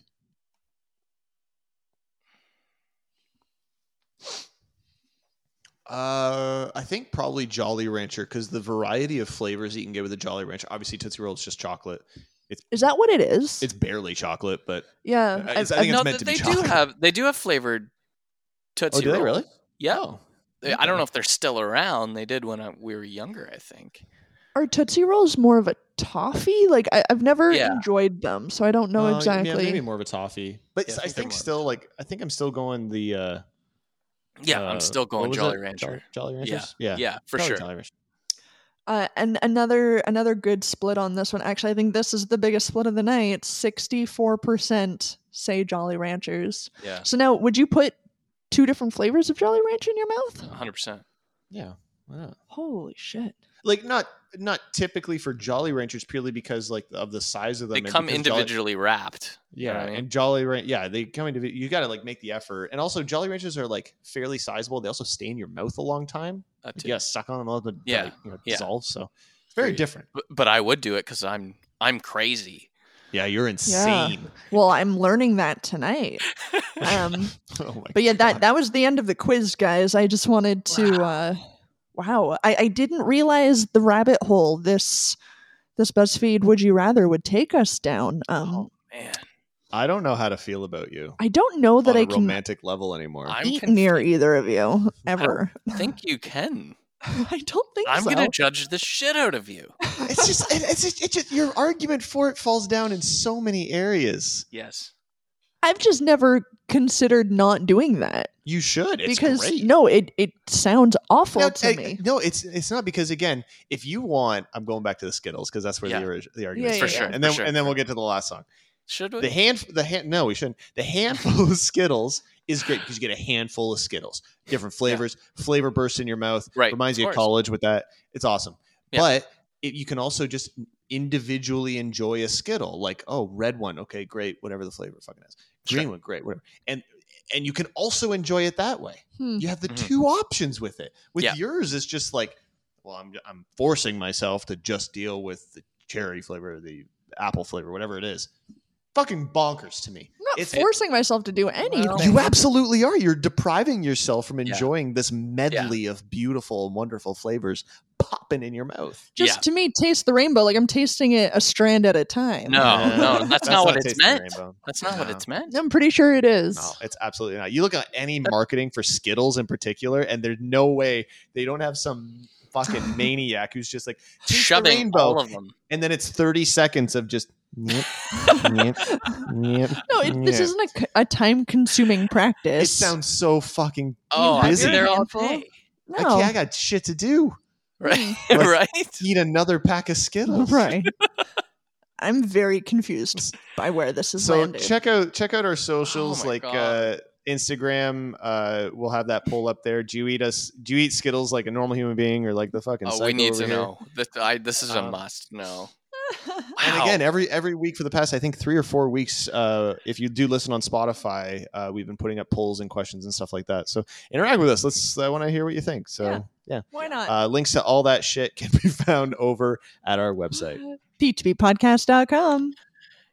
Uh, I think probably Jolly Rancher because the variety of flavors that you can get with a Jolly Rancher. Obviously, Tootsie Roll is just chocolate.
Is that what it is?
It's barely chocolate, but
yeah.
I-
I've-
I
I've
think it's
no,
meant
th-
to
they
be
do
chocolate. Oh,
have they do have flavored tootsie rolls. Yeah. They- I don't know if they're still around. They did when I, we were younger, I think.
Are Tootsie Rolls more of a toffee? Like I, I've never
Yeah.
enjoyed them, so I don't know exactly.
Uh, maybe more of a toffee, but
Yeah, I think
I
they're
think
more of a
still like I think I'm still going the. uh
Yeah,
uh,
I'm still
what
going
was
Jolly
it?
Rancher.
Jolly, Jolly
Yeah.
Ranchers. Yeah,
Yeah, for
probably
sure.
Jolly Rancher.
Uh, and another another good split on this one. Actually, I think this is the biggest split of the night. Sixty-four percent say Jolly Ranchers.
Yeah,
So now, would you put two different flavors of Jolly Rancher in your mouth?
100. percent
Yeah. why not?
Holy shit!
like not not typically for Jolly Ranchers purely because like of the size of them.
They
and
come
because Jolly-
individually wrapped.
yeah,
Right.
and Jolly Ranch, yeah, they come individually. You got to like make the effort, and also Jolly Ranchers are like fairly sizable. They also stay in your mouth a long time.
That
Like,
too.
you got to suck on them all the
Yeah,
like, you know,
yeah.
dissolve. So it's very
Agreed.
different.
But, but I would do it because I'm I'm crazy.
Yeah, you're
insane. Well, I'm learning that tonight. Um,
oh my
but yeah, that that was the end of the quiz, guys. I just wanted to. Uh, wow, I, I didn't realize the rabbit hole this this BuzzFeed Would You Rather would take us down. Um,
Man,
I don't know how to feel about you
I don't know that
on a
I can
romantic level anymore.
I'm
eat
confused.
near either of you ever.
I think you can.
I don't think
I'm
so.
gonna judge the shit out of you.
it's just, it- it's, just- it's just your argument for it falls down in so many areas.
Yes.
I've just never considered not doing that
You should. It's
because
great.
no, it it sounds awful
No,
to
I-
me.
no, it's it's not because again, if you want, I'm going back to the Skittles because that's where
Yeah.
the orig- the argument
Yeah,
is
For
from.
sure,
and then
for sure.
and then we'll get to the last song.
Should we?
The hand, the hand. No, we shouldn't. The handful of Skittles is great because you get a handful of Skittles, different flavors, flavor bursts in your mouth.
Right,
reminds
of
you of
course.
college with that. It's awesome.
Yeah.
But it, you can also just individually enjoy a Skittle, like oh, red one, okay, great, whatever the flavor fucking is. Green one, great, whatever. And and you can also enjoy it that way.
Hmm.
You have the
Mhm.
two options with it. With
Yeah.
yours, it's just like, well, I'm I'm forcing myself to just deal with the cherry flavor, the apple flavor, whatever it is. Fucking bonkers to me.
I'm not
It's-
forcing myself to do anything.
You absolutely are. You're depriving yourself from
Yeah.
enjoying this medley of beautiful and wonderful flavors popping in your mouth.
just
Yeah.
to me, taste the rainbow like I'm tasting it a strand at a time.
No, Oh, no, that's, not, what it's
tasting
meant.
rainbow.
That's not what
No.
it's meant.
I'm pretty sure it is.
No, it's absolutely not. You look at any marketing for Skittles in particular, and there's no way they don't have some fucking maniac who's just like "Taste the
Shoving
rainbow,"
all of them.
and then it's 30 seconds of just. "Nyep, nyep, nyep,
No, it, this
nyep."
isn't a, c- a time consuming
It
practice.
sounds so fucking.
Oh, I'm
busy.
there all
Handful?
day.
I,
no.
can't, I got shit to do.
Right,
Like-
right.
Eat another pack of Skittles.
right. I'm very confused by where this is
so
landing.
check out check out our socials
Oh my
like
God.
uh instagram uh we'll have that poll up there do you eat us do you eat skittles like a normal human being or like the fucking
Oh,
psycho
we need
over
to
here?
know. This, I, this is a
Um,
must know.
and
Wow.
again every every week for the past i think three or four weeks uh if you do listen on spotify uh we've been putting up polls and questions and stuff like that so interact with us let's i want to hear what you think so yeah,
Why not?
uh links to all that shit can be found over at our website
P2Ppodcast.com.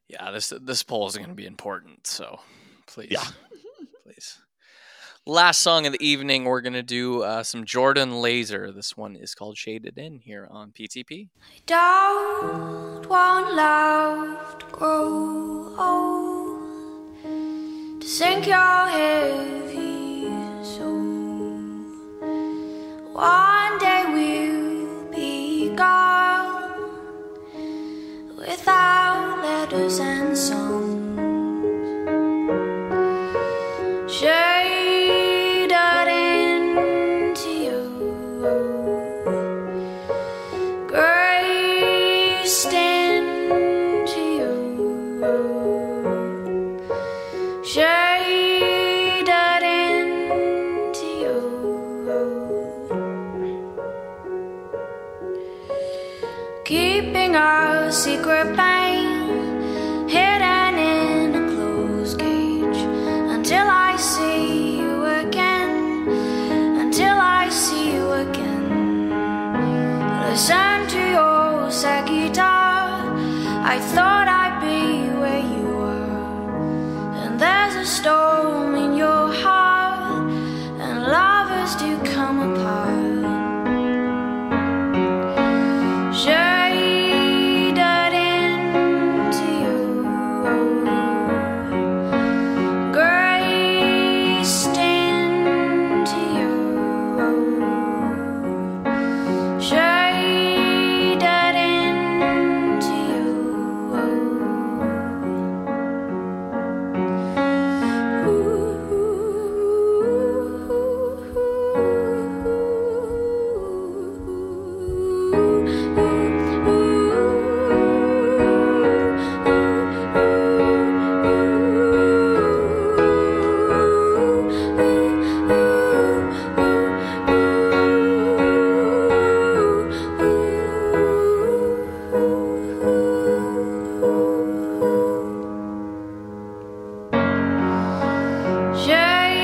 Yeah, this this poll is going to be important. So please,
Yeah.
please. Last song of the evening, we're going to do uh, some Jordan Laser. This one is called Shaded In here on PTP.
Doubt won't love to grow old to sink your heavy soul. One day we'll be gone without letters and songs. Shaded into you graced into you, shaded into you, keeping our secret pain hidden in a closed cage until I see you again, until I see you again. Listen to your sad guitar. I thought I'd be where you were. And there's a storm in your heart, and lovers do come apart. Shaded into you, graced into you shaded into you.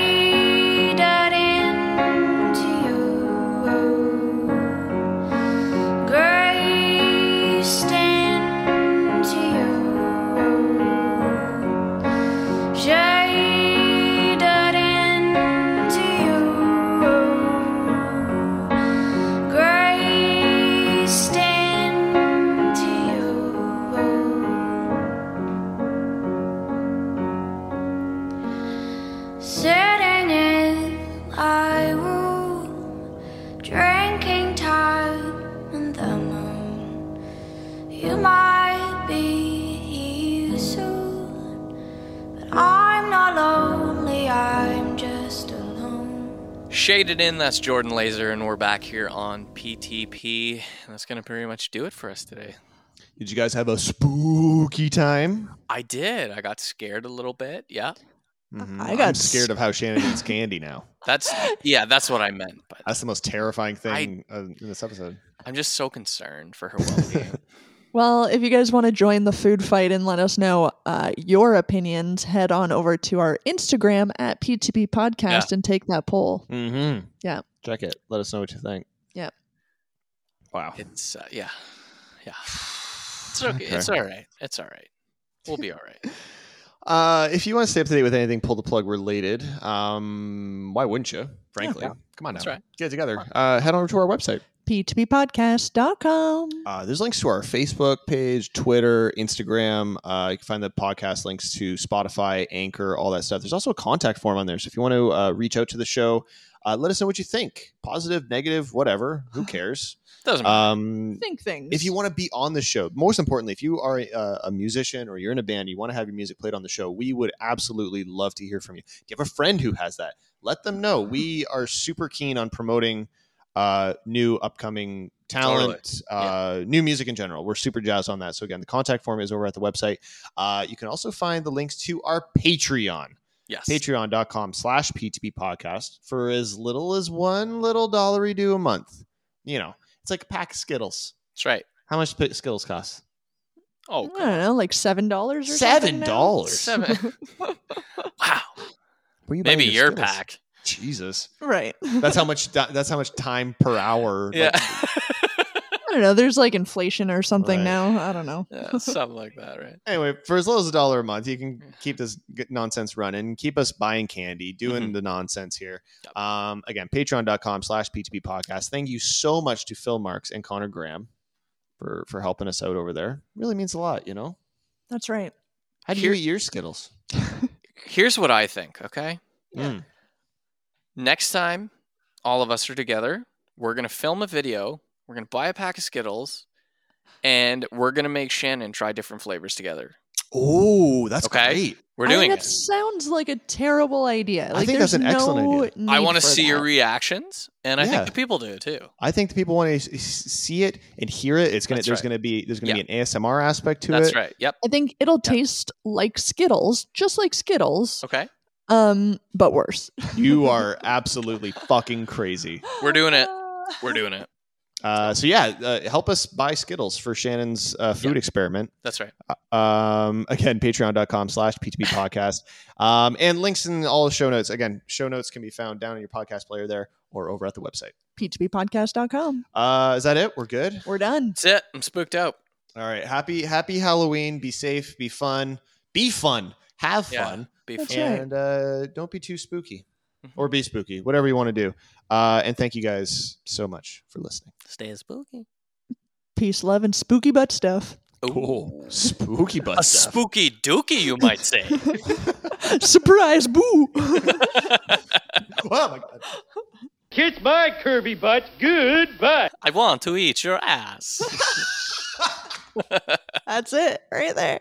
Shaded into you, graced into you, shaded into you, graced into you. Sitting in my room, drinking time and the moon. You might be here soon, but I
Shaded in, that's Jordan Laser, and we're back here on PTP. And that's going to pretty much do it for us today.
Did you guys have a spooky time?
I did. I got scared a little bit. Yeah.
Mhm.
I got
I'm scared of how Shannon eats candy now.
That's, yeah, that's what I meant. But
That's the most terrifying thing uh in this episode.
I'm just so concerned for her well being.
Well, if you guys want to join the food fight and let us know uh, your opinions, head on over to our Instagram at P2P Podcast and take that poll.
Mm-hmm.
Yeah.
Check it. Let us know what you think.
Yeah.
Wow.
it's, uh, yeah. Yeah. It's okay. It's all right. It's all right. We'll be all right.
Uh, if you want to stay up to date with anything pull the plug related, um, why wouldn't you? Frankly, come on now,
That's right.
get it together. Uh, head over to our website.
P2Ppodcast.com.
Uh, there's links to our Facebook page, Twitter, Instagram. Uh, you can find the podcast links to Spotify, Anchor, all that stuff. There's also a contact form on there, so if you want to uh, reach out to the show, uh, let us know what you think. Positive, negative, whatever. Who cares?
Doesn't matter.
Um,
Think things.
if you want to be on the show most importantly if you are a, a musician or you're in a band you want to have your music played on the show we would absolutely love to hear from you if you have a friend who has that let them know we are super keen on promoting uh, new upcoming talent uh, new music in general we're super jazzed on that so again the contact form is over at the website uh, you can also find the links to our patreon
yes.
patreon.com slash p2p podcast for as little as one little dollary due a month you know it's like a pack of skittles
That's right.
how much p- skills cost?
Oh,
I don't know, like $7 or something.
Seven
now?
dollars.
seven. wow.
Where you buying
Maybe your
Skittles?
pack.
Jesus,
Right. I
that's how much. di- That's how much time per hour. like,
Yeah.
don't know. There's like inflation or something
Right.
now. I don't know.
yeah. Something like that, right?
anyway, for as little as a dollar a month, you can keep this g- nonsense running. Keep us buying candy, doing the nonsense here.
Mm-hmm. Yep.
Um, again, patreon.com slash p2p podcast. Thank you so much to Phil Marks and Connor Graham for for helping us out over there. Really means a lot, you know.
That's right.
How do you eat your Skittles?
Here's what I think, okay?
Yeah.
Next time all of us are together, we're going to film a video, we're going to buy a pack of Skittles, and we're going to make Shannon try different flavors together.
Oh, that's
Okay.
great.
We're
I
doing
think that
it.
sounds like a terrible idea. Like,
think that's
there's
an excellent
no
idea.
I
need
want to
for
see your
that.
reactions, and I
Yeah.
think the people do too.
I think the people want to see it and hear it. It's gonna
That's
there's
right.
gonna be there's gonna be an ASMR aspect to
That's
it.
right. Yep.
I think it'll taste like Skittles, just like Skittles,
Okay.
um, but worse.
You are absolutely fucking crazy.
We're doing it. We're doing it.
Uh, so yeah, uh, help us buy Skittles for Shannon's uh, food experiment.
That's right.
Um, again, patreon.com slash PTP podcast. Um, and links in all the show notes. Again, show notes can be found down in your podcast player there or over at the website.
P2Ppodcast.com.
Uh, is that it? We're good.
We're done.
That's it. I'm spooked out.
All right. Happy, happy Halloween. Be safe, be fun, be fun, have
Yeah.
fun.
Be
That's
fun.
right. Mm-hmm.
and uh, don't be too spooky or be spooky, whatever you want to do. Uh, and thank you guys so much for listening.
Stay spooky.
Peace, love, and spooky butt stuff.
Ooh.
Spooky butt
A
stuff.
spooky dookie, you might say.
Surprise, boo!
oh my god.
Kiss my curvy butt goodbye.
I want to eat your ass.
That's it, right there.